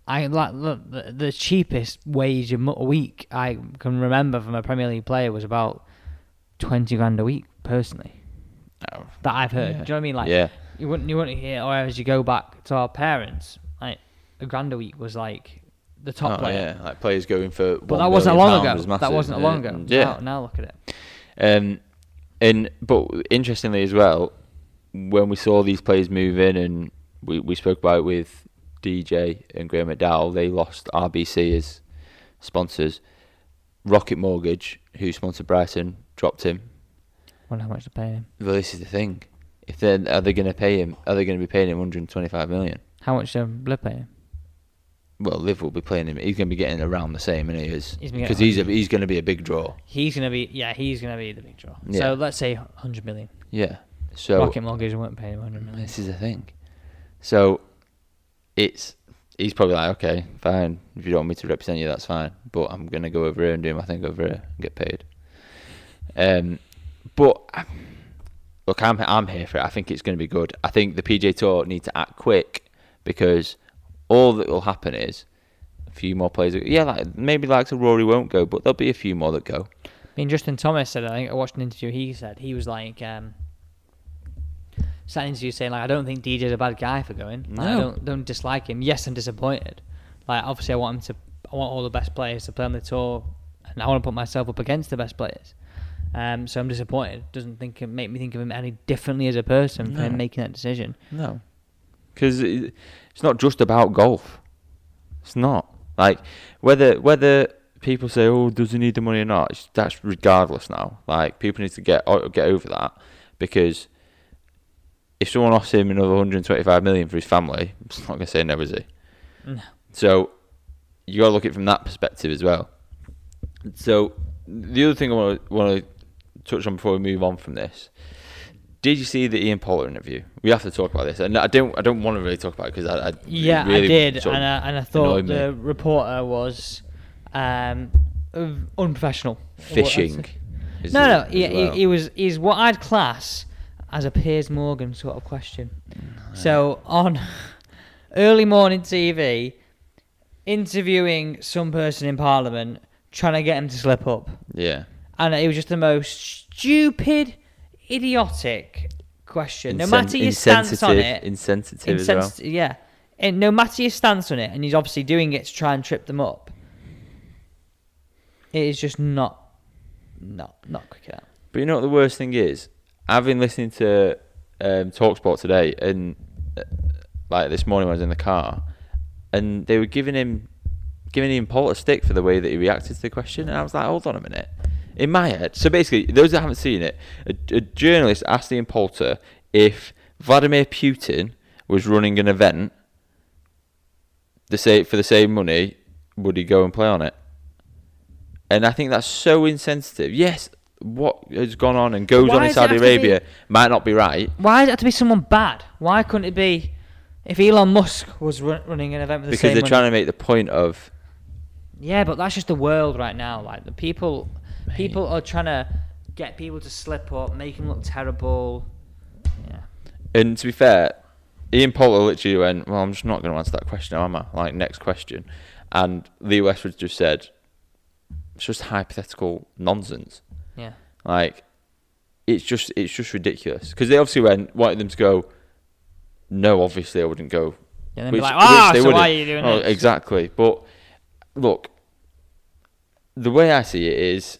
I like look, the, the cheapest wage a, mo- a week I can remember from a Premier League player was about twenty grand a week personally. Oh, That I've heard. Do you know what I mean? Like, yeah, you wouldn't you wouldn't hear or as you go back to our parents, like a grand a week was like the top Oh, player. yeah. Like players going for. But one that wasn't billion long pound ago. was that massive. wasn't long Yeah. ago. Yeah, Now, now look at it. Um, and but interestingly as well, when we saw these players move in, and we, we spoke about it with DJ and Graham McDowell, they lost RBC as sponsors. Rocket Mortgage, who sponsored Brighton, dropped him. Wonder how much they're paying him. Well, this is the thing. If then are they going to pay him? Are they going to be paying him 125 million? How much they're Blip paying? Well, Liv will be playing him. He's going to be getting around the same, and he is He's gonna get because he's a, he's going to be a big draw. He's gonna be yeah. He's gonna be the big draw. Yeah. So let's say hundred million. Yeah. So Rocket Mortgage won't pay him hundred million. This is the thing. So it's he's probably like, okay, fine. If you don't want me to represent you, that's fine. But I'm gonna go over here and do my thing over here and get paid. Um, but um, look, I'm I'm here for it. I think it's gonna be good. I think the PJ Tour need to act quick because all that will happen is a few more players. Yeah, like maybe like so Rory won't go, but there'll be a few more that go. I mean, Justin Thomas said, I think I watched an interview, he said, he was like, um, sat in an interview saying, like, I don't think DJ's a bad guy for going. Like, I No. don't, don't dislike him. Yes, I'm disappointed. Like, obviously, I want him to, I want all the best players to play on the tour, and I want to put myself up against the best players. Um, so I'm disappointed. Doesn't think it make me think of him any differently as a person for him No. making that decision. No, because it's not just about golf. It's not like whether whether people say, "Oh, does he need the money or not?" It's, that's regardless now. Like people need to get o- get over that because if someone offers him another 125 million for his family, he's not gonna say no, is he? No. So you gotta look at it from that perspective as well. So the other thing I want to want to touch on before we move on from this Did you see the Ian Pollard interview? We have to talk about this, and I don't. I don't want to really talk about it because I, I. Yeah, it really I did, sort of- and uh, I, and I thought annoyed me. the reporter was um, unprofessional. Fishing is No, the- no, as he, he, well. he was he's what I'd class as a Piers Morgan sort of question. So on early morning TV, interviewing some person in Parliament, trying to get him to slip up, Yeah. and it was just the most stupid, idiotic question. No Insen- matter your stance on insensitive- it, Insensitive as well. insensit- yeah. And no matter your stance on it, and he's obviously doing it to try and trip them up. It is just not, not, not quick enough. But you know what the worst thing is? I've been listening to um, Talksport today, and uh, like this morning when I was in the car, and they were giving him giving him Paul a stick for the way that he reacted to the question, and I was like, hold on a minute. In my head, so basically, those that haven't seen it, a, a journalist asked Ian Poulter if Vladimir Putin was running an event the same for the same money, would he go and play on it? And I think that's so insensitive. Yes, what has gone on and goes Why on in does it Saudi have to be- Arabia might not be right. Why does it have to be someone bad? Why couldn't it be if Elon Musk was run, running an event with the because same they're money? trying to make the point of Yeah, but that's just the world right now. Like the people, people are trying to get people to slip up, make them look terrible. Yeah. and to be fair ian poulter literally went well i'm just not going to answer that question now, am i like next question and lee westwood just said it's just hypothetical nonsense Yeah. like it's just it's just ridiculous because they obviously went wanted them to go no obviously i wouldn't go Yeah, then be like, "Ah, they so why wouldn't." are you doing Oh, this? exactly but look the way i see it is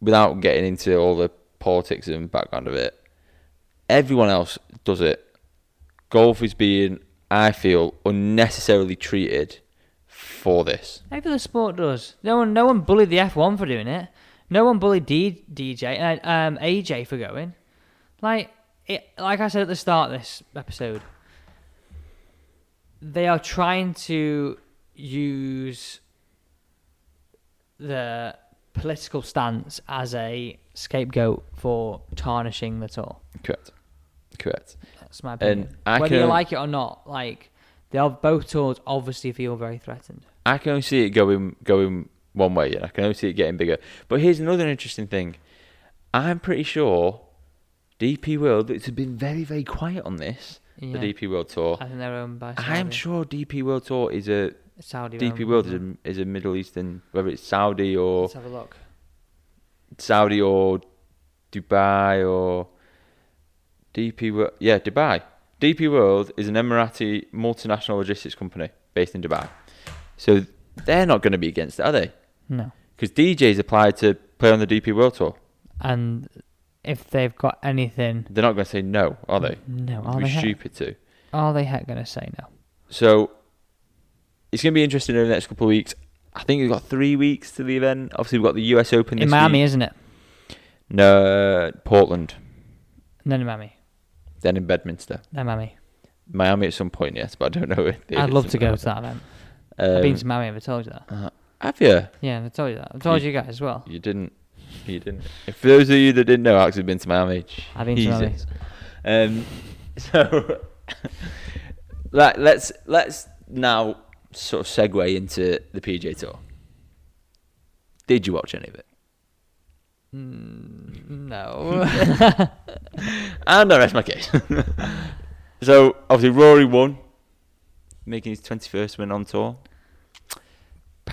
without getting into all the politics and background of it everyone else does it golf is being i feel unnecessarily treated for this Every other sport does. No one, no one bullied the F1 for doing it. No one bullied D, DJ and um, AJ for going. Like it, like I said at the start of this episode, they are trying to use the political stance as a scapegoat for tarnishing the tour. correct correct That's my opinion. And I Whether you can- like it or not, like they are both tours obviously feel very threatened. I can only see it going going one way, and I can only see it getting bigger. But here's another interesting thing. I'm pretty sure DP World, it's been very very quiet on this, Yeah. the DP World Tour. I think they're owned by. I am Saudi. sure DP World Tour is a Saudi. DP Roman World is Empire. a, is a Middle Eastern, whether it's Saudi or Let's have a look. Saudi or Dubai or DP World. Yeah, Dubai. DP World is an Emirati multinational logistics company based in Dubai. So they're not going to be against it, are they? No. Because DJ's applied to play on the DP World Tour. And if they've got anything, They're not going to say no, are they? no, It'd are be they heck, stupid to. are they heck gonna say no? So it's going to be interesting over the next couple of weeks. I think we've got three weeks to the event. Obviously, we've got the US Open this In Miami, week. isn't it? No, Portland, No, no, Miami, then in Bedminster. no, Miami. Miami at some point, yes, but I don't know. If I'd love to go to that event. Um, I've been to Miami. Have I told you that? have you? Yeah, I told you that. I told you guys as well. You didn't. You didn't. If for those of you that didn't know, Alex has been to Miami. I've been to Miami. Jesus. Um, so let, let's let's now sort of segue into the PJ Tour. Did you watch any of it? Mm, No. And I rest my case. so obviously Rory won, making his twenty-first win on tour.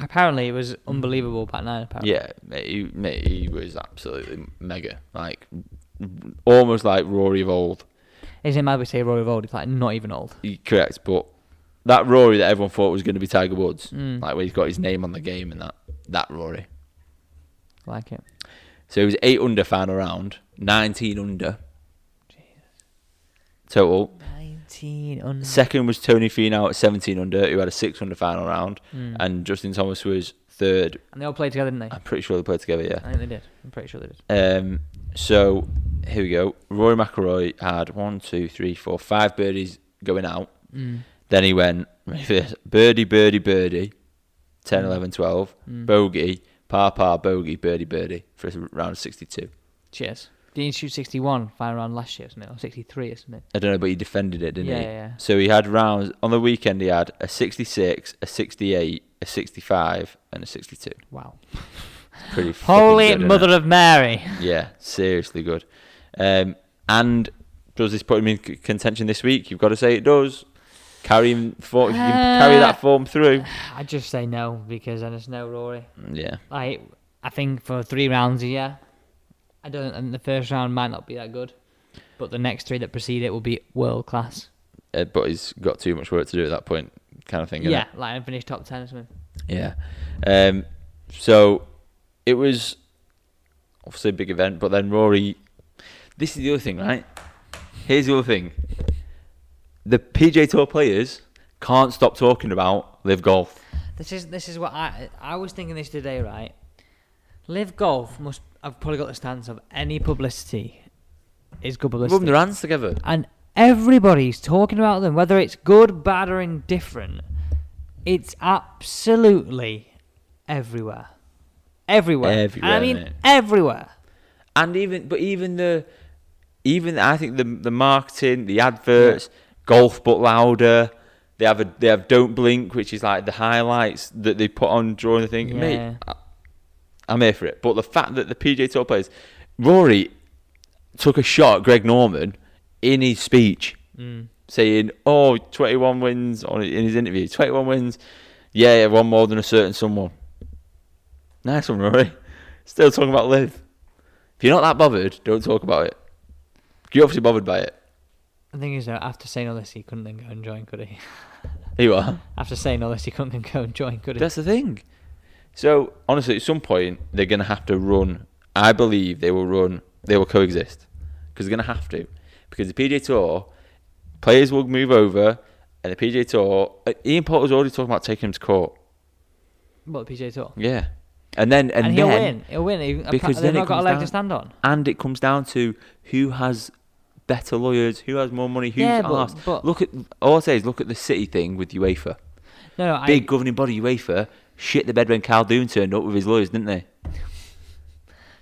apparently, it was unbelievable back nine. Apparently. Yeah, mate, he, mate, he was absolutely mega, like almost like Rory of old. Isn't it mad we say Rory of old? It's like not even old. He- Correct, but that Rory that everyone thought was going to be Tiger Woods, Mm. like where he's got his name on the game and that that Rory. Like it. So he was eight under final round, nineteen under total. Nineteen under. Second was Tony Finau at seventeen under, who had a six under final round, Mm. and Uh, Justin Thomas was third. And they all played together, didn't they? I'm pretty sure they played together, yeah. I think they did. I'm pretty sure they did. Um, so here we go. Rory McIlroy had one, two, three, four, five birdies going out. Mm. Then he went ready for this, birdie, birdie, birdie, 10, 11, 12, Mm. bogey, par, par, bogey, birdie, birdie for a round of 62. Cheers. Did he shoot 61 final round last year, isn't it? Or 63, isn't it? I don't know, but he defended it, didn't yeah, he? yeah, yeah. So he had rounds on the weekend. He had a 66, a 68, a 65, and a 62. Wow. It's pretty fucking Holy good, isn't Mother of Mary. it? Yeah, seriously good. Um, and does this put him in c- contention this week? You've got to say it does. Carry him, for, you can carry Uh, that form through. Mm, I just say no because then it's no Rory. Yeah, Like, I think for three rounds, yeah. I don't. And the first round might not be that good, but the next three that precede it will be world class. uh, but he's got too much work to do at that point, kind of thing. innit? Yeah, like and finish top ten or something. Yeah. Um, so it was obviously a big event, but then Rory. This is the other thing, right? Here's the other thing. The PJ Tour players can't stop talking about live golf. This is this is what I I was thinking this today, right? Live golf must. I've probably got the stance of any publicity is good They're publicity. rubbing their hands together. and everybody's talking about them, whether it's good, bad, or indifferent. It's absolutely everywhere. Everywhere. And I Everywhere, mean, mate. everywhere. And even, but even the, even I think the the marketing, the adverts, golf but louder. They have a they have don't blink, which is like the highlights that they put on during the thing. Mate, Yeah. I'm here for it. But the fact that the PJ Tour players, Rory, took a shot at Greg Norman in his speech, saying, "Oh, 21 wins on in his interview. 21 wins. Yeah, yeah, one more than a certain someone. Nice one, Rory. Still talking about live. If you're not that bothered, don't talk about it. You're obviously bothered by it. The thing is, though, after saying all this, he couldn't then go and join, could he? You are. After saying all this, he couldn't then go and join, could he? That's the thing. So honestly, at some point they're gonna have to run. I believe they will run. They will coexist because they're gonna have to because the PJ Tour players will move over, and the PJ Tour. uh, Ian Porter's already talking about taking him to court. What PJ Tour? Yeah, and then and, And, he'll then win. He'll win. He, because because they've then it not got a comes leg to down- stand on. and it comes down to who has better lawyers, who has more money, who's Yeah, but- asked. but- Look at all I say is look at the city thing with UEFA. No, no, Big I, governing body UEFA shit the bed when Caldoun turned up with his lawyers, didn't they?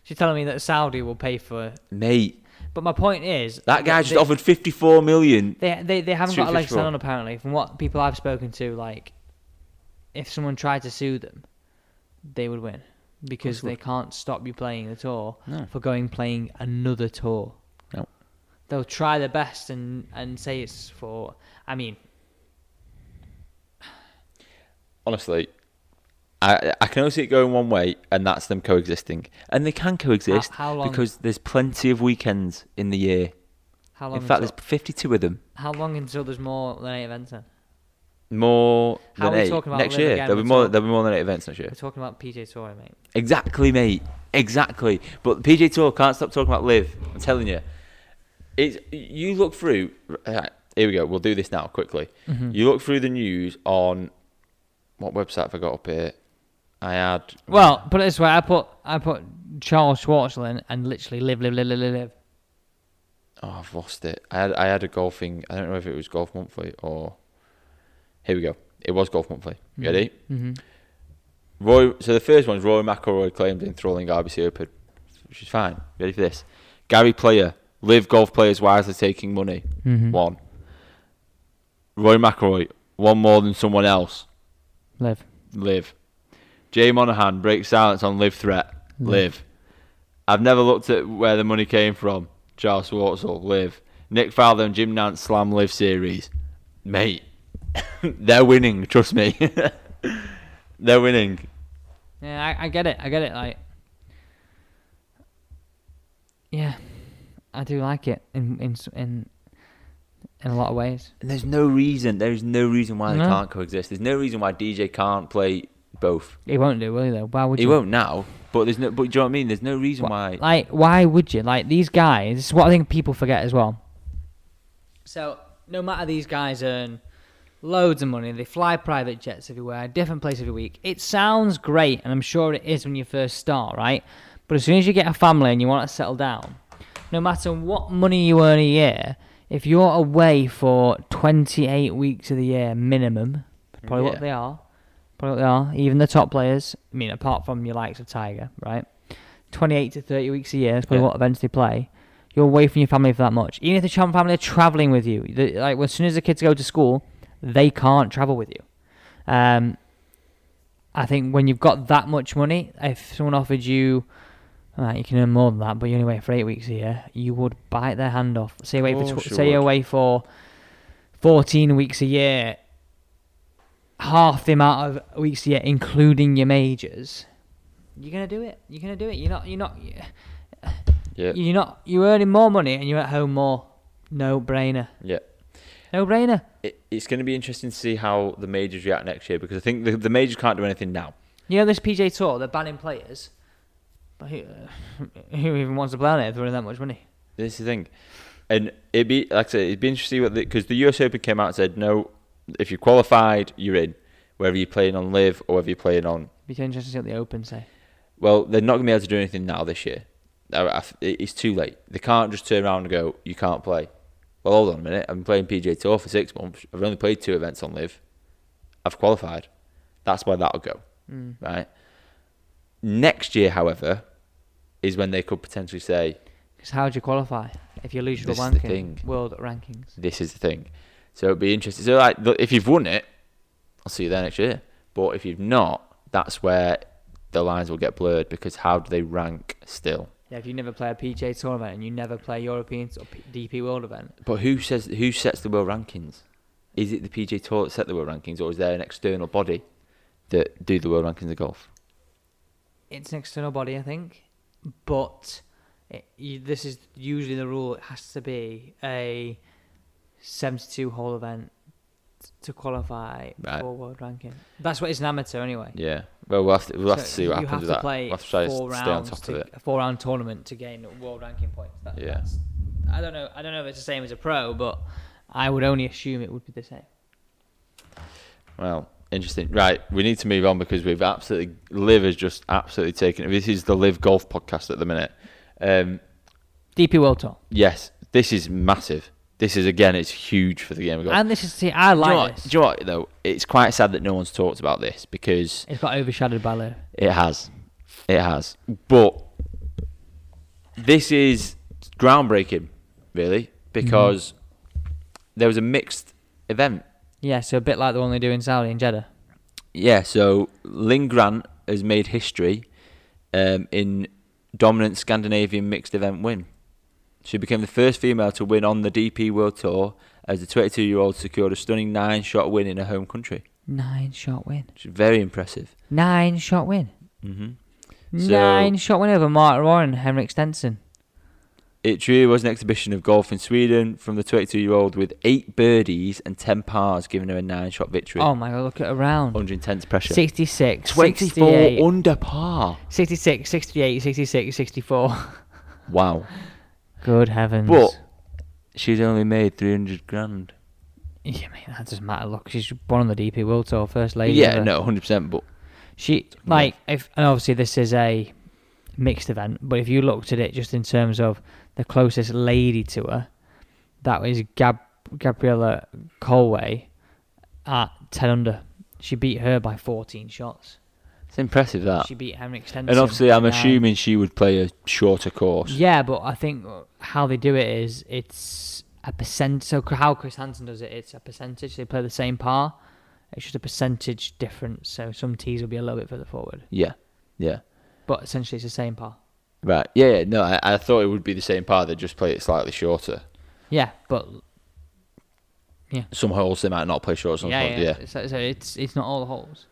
she's telling me that Saudi will pay for. Mate, But my point is That guy just they, offered 54 million. They they they haven't got a leg to 254. stand on apparently. From what people I've spoken to, like if someone tried to sue them, they would win because Course they they can't stop you playing the tour No. for going playing another tour. No. They'll try their best and and say it's for. I mean, Honestly, I I can only see it going one way, and that's them coexisting. And they can coexist how long- because there's plenty of weekends in the year. how long? In fact, until, there's 52 of them. how long until there's more than eight events? Then More How than are we eight talking about next live yeur again? There'll be We're more. talking- There'll be more than eight events next year. we're talking about PJ Tour, mate. Exactly, mate. Exactly. But the PJ Tour can't stop talking about live. I'm telling you. It's you look through. Right, here we go. We'll do this now quickly. Mm-hmm. You look through the news on what website have I got up here? I had Well, put it this way: I put I put Charles Schwartzland and literally live, live, live, live, live, live. Oh, I've lost it. I had I had a golfing. I don't know if it was Golf Monthly or. Here we go. It was Golf Monthly. You Ready? Mm-hmm. Roy. So the first one's Roy McIlroy claimed enthralling RBC Open, which is fine. Ready for this? Gary Player, live golf players wisely taking money. One. Roy McIlroy, one more than someone else. Live. Live. Jay Monahan breaks silence on live threat. Live. I've never looked at where the money came from. Charles Swartzel. Live. Nick Faldo and Jim Nance slam live series. Mate, they're winning. Trust me, they're winning. Yeah, I, I get it. I get it. Like, yeah, I do like it in in s- in in a lot of ways. And there's no reason. There is no reason why they No. can't coexist. There's no reason why DJ can't play both. He won't do, will he? Though, why would He you? won't now. But there's no. But do you know what I mean? There's no reason why. Like, why would you? Like these guys. This is what I think people forget as well. So no matter these guys earn loads of money, they fly private jets everywhere, different place every week. It sounds great, and I'm sure it is when you first start, right? But as soon as you get a family and you want to settle down, no matter what money you earn a year, if you're away for 28 weeks of the year minimum, probably Yeah. what they are, probably what they are, even the top players, I mean, apart from your likes of Tiger, right? 28 to 30 weeks a year is probably Yeah. what events they play. you're away from your family for that much. Even if the Chapman family are traveling with you, the, like as soon as the kids go to school, they can't travel with you. Um, I think when you've got that much money, if someone offered you, uh, you can earn more than that, but you're only away for eight weeks a year, you would bite their hand off. Say wait for course tw- you say you're would. away for fourteen weeks a year, half the amount of weeks a year, including your majors. You're gonna do it. You're gonna do it. You're not. You're not. Yeah. You're not. You're earning more money and you're at home more. No brainer. Yeah. No brainer. It, it's going to be interesting to see how the majors react next year because I think the, the majors can't do anything now. You know this PJ Tour. They're banning players. But who, uh, who even wants to play on it if they're earning that much money? This is the thing, and it'd be like I said, it'd be interesting to see what because the, US Open came out and said no, if you qualified, you're in, whether you're playing on live or whether you're playing on. Be interested to see what the Open say. Well, they're not going to be able to do anything now this year. I- I- It's too late. They can't just turn around and go, you can't play. Well, hold on a minute. I've been playing PJ Tour for six months. I've only played two events on live. I've qualified. That's where that'll go. Right. Next year, however, is when they could potentially say, Because how do you qualify if you lose your This is the ranking, thing. world rankings? this is the thing. So it'd be interesting. So like, look, if you've won it, I'll see you there next year. But if you've not, that's where the lines will get blurred because how do they rank still? Yeah, if you never play a PJ Tour event and you never play European or P- DP World event, But who says who sets the world rankings? Is it the PJ Tour that set the world rankings, or is there an external body that do the world rankings of golf? it's an external body, I think. But it, you, this is usually the rule. It has to be a 72 hole event to qualify Right. for world ranking. That's what it's an amateur anyway. Yeah. Well, we'll have to, we'll have to So see what you happens have with to that. Play we'll have to try to four stay on rounds top to, of it. A four round tournament to gain world ranking points. That, Yeah. That's, I don't know. I don't know if it's the same as a pro, but I would only assume it would be the same. Well, interesting. Right, we need to move on because we've absolutely Liv has just absolutely taken it. This is the Live Golf podcast at the minute. Um, DP World Tour, Yes, this is massive. This is again, it's huge for the game of golf. and this is see, I Do you know what- like do this. you know what, though? It's quite sad that no one's talked about this because It's got overshadowed by Lou. it has, it has. But this is groundbreaking, really, Mm-hmm. because there was a mixed event. Yeah, so a bit like the one they do in Saudi in Jeddah. Yeah, so Lynn Grant has made history um, in dominant Scandinavian mixed event win. She became the first female to win on the DP World Tour as the 22 year old secured a stunning nine shot win in her home country. Nine shot win. Which is very impressive. Nine shot win. hmm So- Nine shot win over Mark Warren, Henrik Stenson. It truly was an exhibition of golf in Sweden from the 22 year old with eight birdies and 10 pars, giving her a nine shot victory. Oh my god, look at a round. Under intense pressure. 66, 24 68, under par. 66, 68, 66, 64. Wow. Good heavens. But she's only made 300 grand. Yeah, mate, that doesn't matter. Look, she's born on the DP World Tour, first lady. yeah, ever. no, 100%. But She like if and obviously this is a mixed event, but if you looked at it just in terms of the closest lady to her, that was Gab Gabriella Colway at ten under. She beat her by fourteen shots. it's impressive that. She beat Henrik Stenson. Uh, And obviously, I'm by nine. assuming she would play a shorter course. Yeah, but I think how they do it is it's a percent. So how Chris Hansen does it, it's a percentage. They play the same par. It's just a percentage difference. So some tees will be a little bit further forward, Yeah, yeah. but essentially it's the same par. Right. Yeah, yeah. No, I, I thought it would be the same part. They just play it slightly shorter. Yeah, but Some holes they might not play short. Some yeah, holes, yeah. yeah. So, so it's it's not all the holes.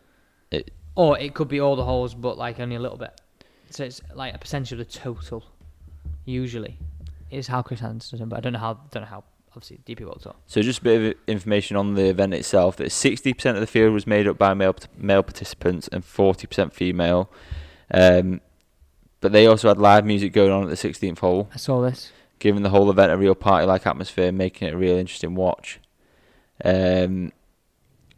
It- or it could be all the holes, but like only a little bit. So it's like a percentage of the total. Usually, is how Chris Hansen does it, but I don't know how. Don't know how. Obviously, DP World Tour. So just a bit of information on the event itself. That 60% of the field was made up by male male participants and 40% female. Um, but they also had live music going on at the 16th hole, I saw this. giving the whole event a real party-like atmosphere, making it a real interesting watch. Um,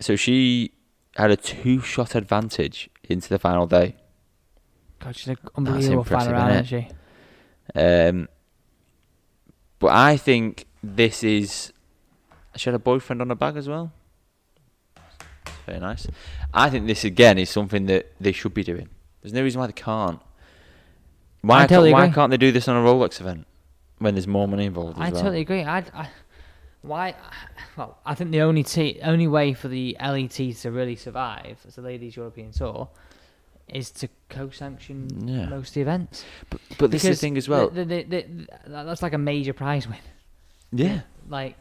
so she had a two-shot advantage into the final day. God, she's an unbelievable fan impressive, around, innit? isn't she? Um, but I think this is. She had a boyfriend on her bag as well. Very nice. I think this again is something that they should be doing. There's no reason why they can't. Why I can't, totally why agree. can't they do this on a Rolex event? when there's more money involved. As I well. totally agree. I, I- why? Well, I think the only te- only way for the LET to really survive as a ladies' European tour is to co-sanction Yeah. most of the events. But, but this is Because the thing as well. the- the- the- the- that's like a major prize win. yeah. Like,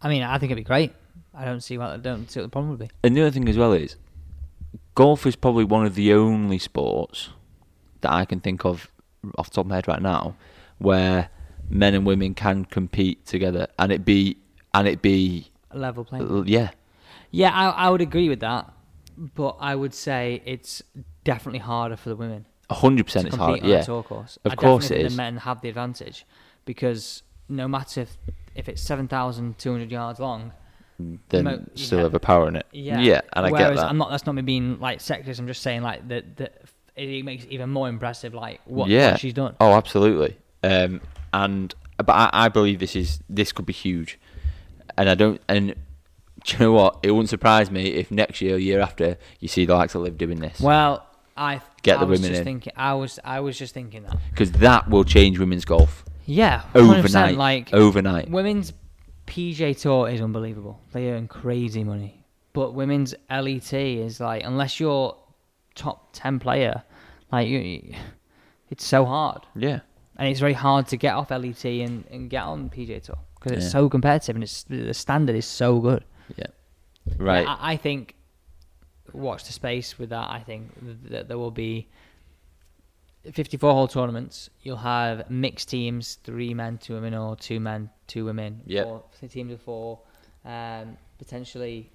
I mean, I think it'd be great. I don't see what I don't see what the problem would be. And the other thing as well is, golf is probably one of the only sports that I can think of off the top of my head right now where men and women can compete together and it be and it be A level playing. l- yeah Yeah, I, I would agree with that, but I would say it's definitely harder for the women. a hundred percent to it's hard compete on yeah a tour course. Of I course definitely it think is. The men have the advantage because no matter if, if it's seven thousand two hundred yards long, then Mo- still yeah. overpowering it yeah, yeah and I Whereas get that I'm not. That's not me being like sexist. I'm just saying like that that it makes it even more impressive like what, Yeah. what she's done. Oh, absolutely. Um, and but I, I believe this is this could be huge, and I don't. And do you know what? It wouldn't surprise me if next year, or year after, you see the likes of Liv doing this, Well, I Get I the was women just in. Thinking, I was I was just thinking that. because that will change women's golf Yeah, 100%, overnight. Like overnight, Women's PJ Tour is unbelievable. They earn crazy money. But women's LET is like, unless you're top 10 player, like, you- you, it's so hard. yeah. And it's very hard to get off LET and, and get on PJ Tour because it's Yeah. so competitive and it's the standard is so good. Right. I, I think, watch the space with that. I think th- that there will be 54 hole tournaments. You'll have mixed teams, three men, two women, or two men, two women. Yep. Or teams of four. Um, potentially.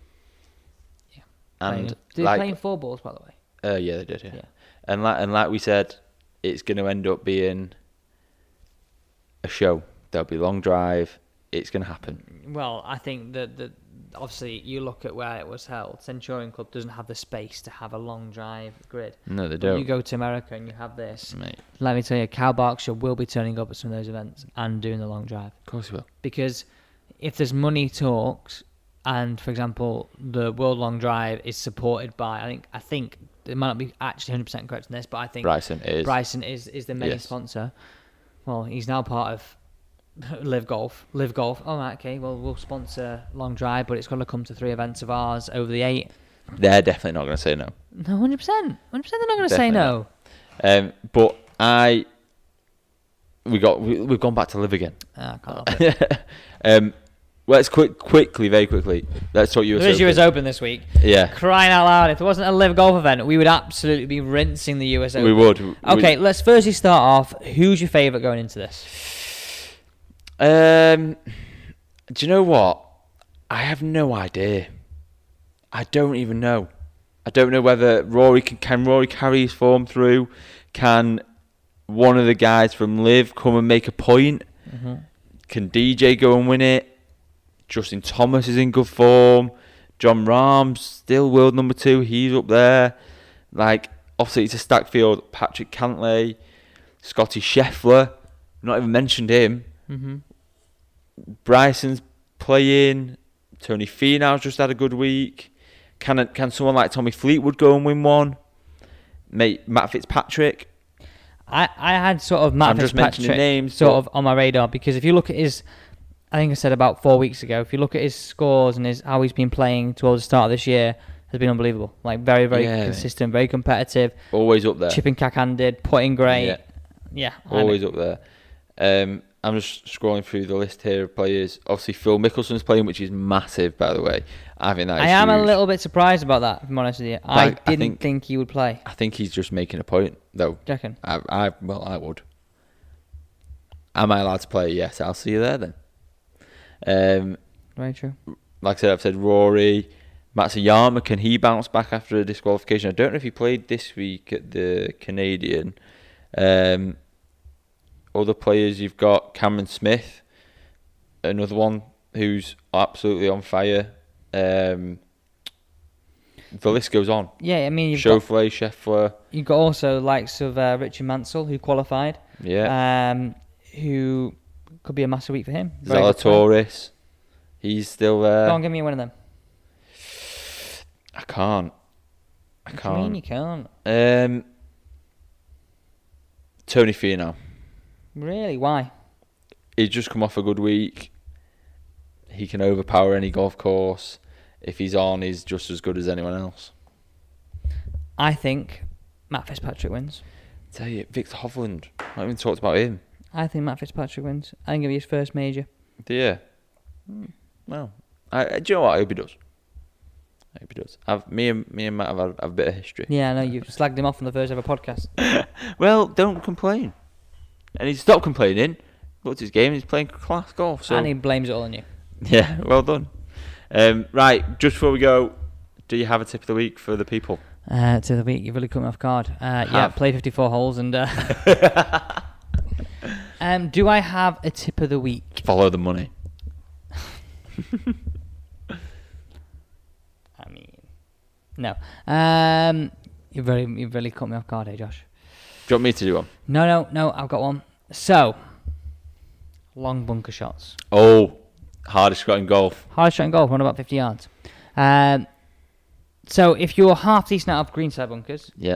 and playing, they're like, playing four balls, by the way. uh, yeah, they did. Yeah. Yeah. And like and like we said, it's going to end up being a show. There'll be long drive. It's going to happen. Well, I think that, that obviously you look at where it was held. Centurion Club doesn't have the space to have a long drive grid. No, they But You don't, go to America and you have this. mate. Mm. Let me tell you, Cal Berkshire will be turning up at some of those events and doing the long drive. Of course, you will. because if there's money talks and for example the world long drive is supported by i think i think it might not be actually 100% correct in this but i think Bryson is. bryson is is the main Yes. sponsor well he's now part of live golf live golf all right okay well we'll sponsor long drive but it's going to come to three events of ours over the eight They're definitely not going to say no. no 100% 100% they're not going to Definitely say not. no Um, but I, we got we, we've gone back to live again. Ah, I can't help it. um, let's quick quickly, very quickly. Let's talk US. the US Open. Open this week. Yeah, Crying out loud! If there wasn't a live golf event, we would absolutely be rinsing the US Open. we would. We- Okay, let's firstly start off. Who's your favourite going into this? Um, do you know what? I have no idea. I don't even know. I don't know whether Rory can can Rory carry his form through. Can one of the guys from Live come and make a point? Can DJ go and win it? Justin Thomas is in good form. John Rahm's still world number two. He's up there. Like, obviously, it's a stack field. Patrick Cantley, Scotty Scheffler. Not even mentioned him. Mm-hmm. Bryson's playing. Tony Finau's just had a good week. Can can someone like Tommy Fleetwood go and win one? Mate, Matt Fitzpatrick. I, I had sort of Matt I'm just Fitzpatrick mentioning names, sort but- of on my radar because if you look at his, I think I said about four weeks ago. If you look at his scores and his how he's been playing towards the start of this year, has been unbelievable. Like very very Yeah, mate. consistent, very competitive, Always up there. chipping cack-handed, putting great. Yeah. Yeah, I know. Always up there. Um, I'm just scrolling through the list here of players. Obviously, Phil Mickelson's playing, which is massive, by the way. I think that is I am a huge. little bit surprised about that. If I'm honest with you, I Like, I didn't think- think... he would play. I think he's just making a point, though. Do you reckon? I, I well, I would. Am I allowed to play? Yes, I'll see you there then. Um, Very true. like I said, I've said Rory, Matsuyama, can he bounce back after a disqualification? I don't know if he played this week at the Canadian. Um, other players, you've got Cameron Smith, another one who's absolutely on fire. Um, the list goes on. Yeah, I mean you've got Schauffele, Scheffler, you've got also likes of uh, Richard Mansell who qualified. yeah, um, who could be a massive week for him. Very good player. Zalatoris, he's still there. Go on, give me one of them. I can't. I What do you mean can't. you can't? Um, Tony Finau. Really? Why? he's just come off a good week. He can overpower any golf course. If he's on, he's just as good as anyone else. I think Matt Fitzpatrick wins. tell you, Victor Hovland. I haven't even talked about him. I think Matt Fitzpatrick wins. I think it'll be his first major. Yeah. Hmm, Well, I, I- do you know what? I hope he does. I hope he does. I've, me and me and Matt have, had- have a bit of history. Yeah, I know you've slagged him off on the first ever podcast. Well, don't complain. And he stopped complaining. Looked at his game. He's playing class golf. So and he blames it all on you. yeah, well done. Um, right, just before we go, do you have a tip of the week for the people? Uh, to the week, you've really come off guard. Uh, yeah, Have. play 54 holes and. Uh, um, do I have a tip of the week? Follow the money. I mean, no. Um, you've really, you've really caught me off guard here, Josh. Do you want me to do one? No, no, no. I've got one. So, long bunker shots. Oh, hardest shot in golf. Hard shot and goal, run about 50 yards. Um, so if you're half decent out of greenside bunkers, Yeah.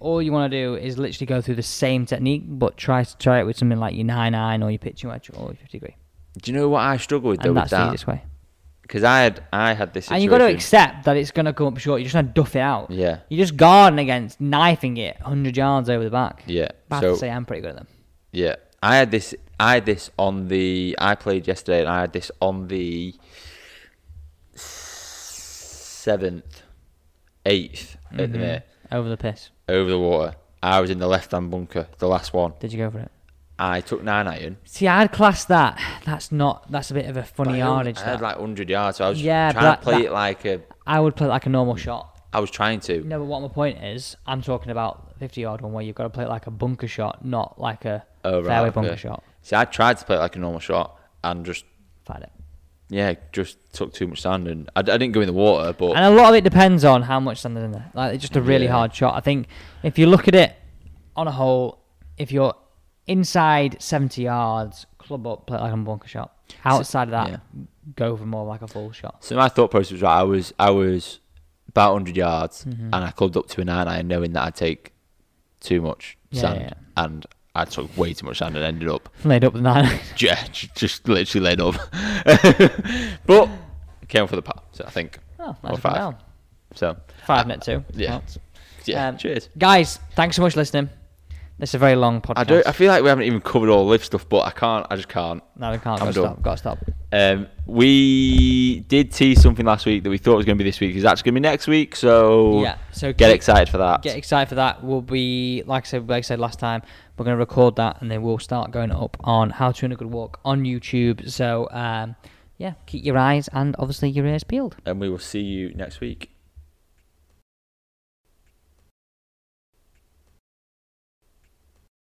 all you want to do is literally go through the same technique, but try to try it with something like your 9 9 or your pitching wedge or your 50 degree. Do you know what I struggle with though and with that's the that? easiest way. Because I had I had this. And Situation. you've got to accept that it's going to come up short. You're just going to duff it out. Yeah. You're just guarding against knifing it 100 yards over the back. Yeah. But I have So to say, I'm pretty good at them. yeah, I had this. I had this on the. I played yesterday, and I had this on the seventh, eighth at Mm-hmm. the minute Over the piss. over the water. I was in the left hand bunker, the last one. Did you go for it? I took nine iron. See, I'd class that. That's not. That's a bit of a but funny I only- yardage. I had that. like hundred yards, so I was Yeah, trying but to play that- it like a. I would play it like a normal shot. I was trying to. No, but what my point is, I'm talking about 50 yard one where you've got to play it like a bunker shot, not like a Oh, right, fairway okay. bunker shot. See, I tried to play it like a normal shot and just Find it. yeah, just took too much sand and I, I didn't go in the water, but And a lot of it depends on how much sand is in there. Like, it's just a really Yeah. hard shot. I think if you look at it on a hole, if you're inside 70 yards, club up, play it like a bunker shot. Outside of that, go for more like a full shot. so my thought process was right. I was I was about 100 yards Mm-hmm. and I clubbed up to a nine iron, knowing that I'd take too much Yeah, sand, yeah, and I took way too much sand and ended up Laid up the nine. yeah, j- just literally laid up. but came for the par, so I think oh, Or that's five. down. so. Five net two. yeah. Lots. Yeah, Um, cheers. Guys, thanks so much for listening. This is a very long podcast. I don't. I feel like we haven't even covered all live stuff, but I can't. I just can't. no, we can't. I'm Gotta done. stop. Gotta stop. Um, we did tease something last week that we thought was going to be this week. Is actually going to be next week. So Yeah, so get keep- excited for that. Get excited for that. We'll be like I said, like I said last time, we're going to record that, and then we'll start going up on how to win a good walk on YouTube. So um, yeah, keep your eyes and obviously your ears peeled. and we will see you next week.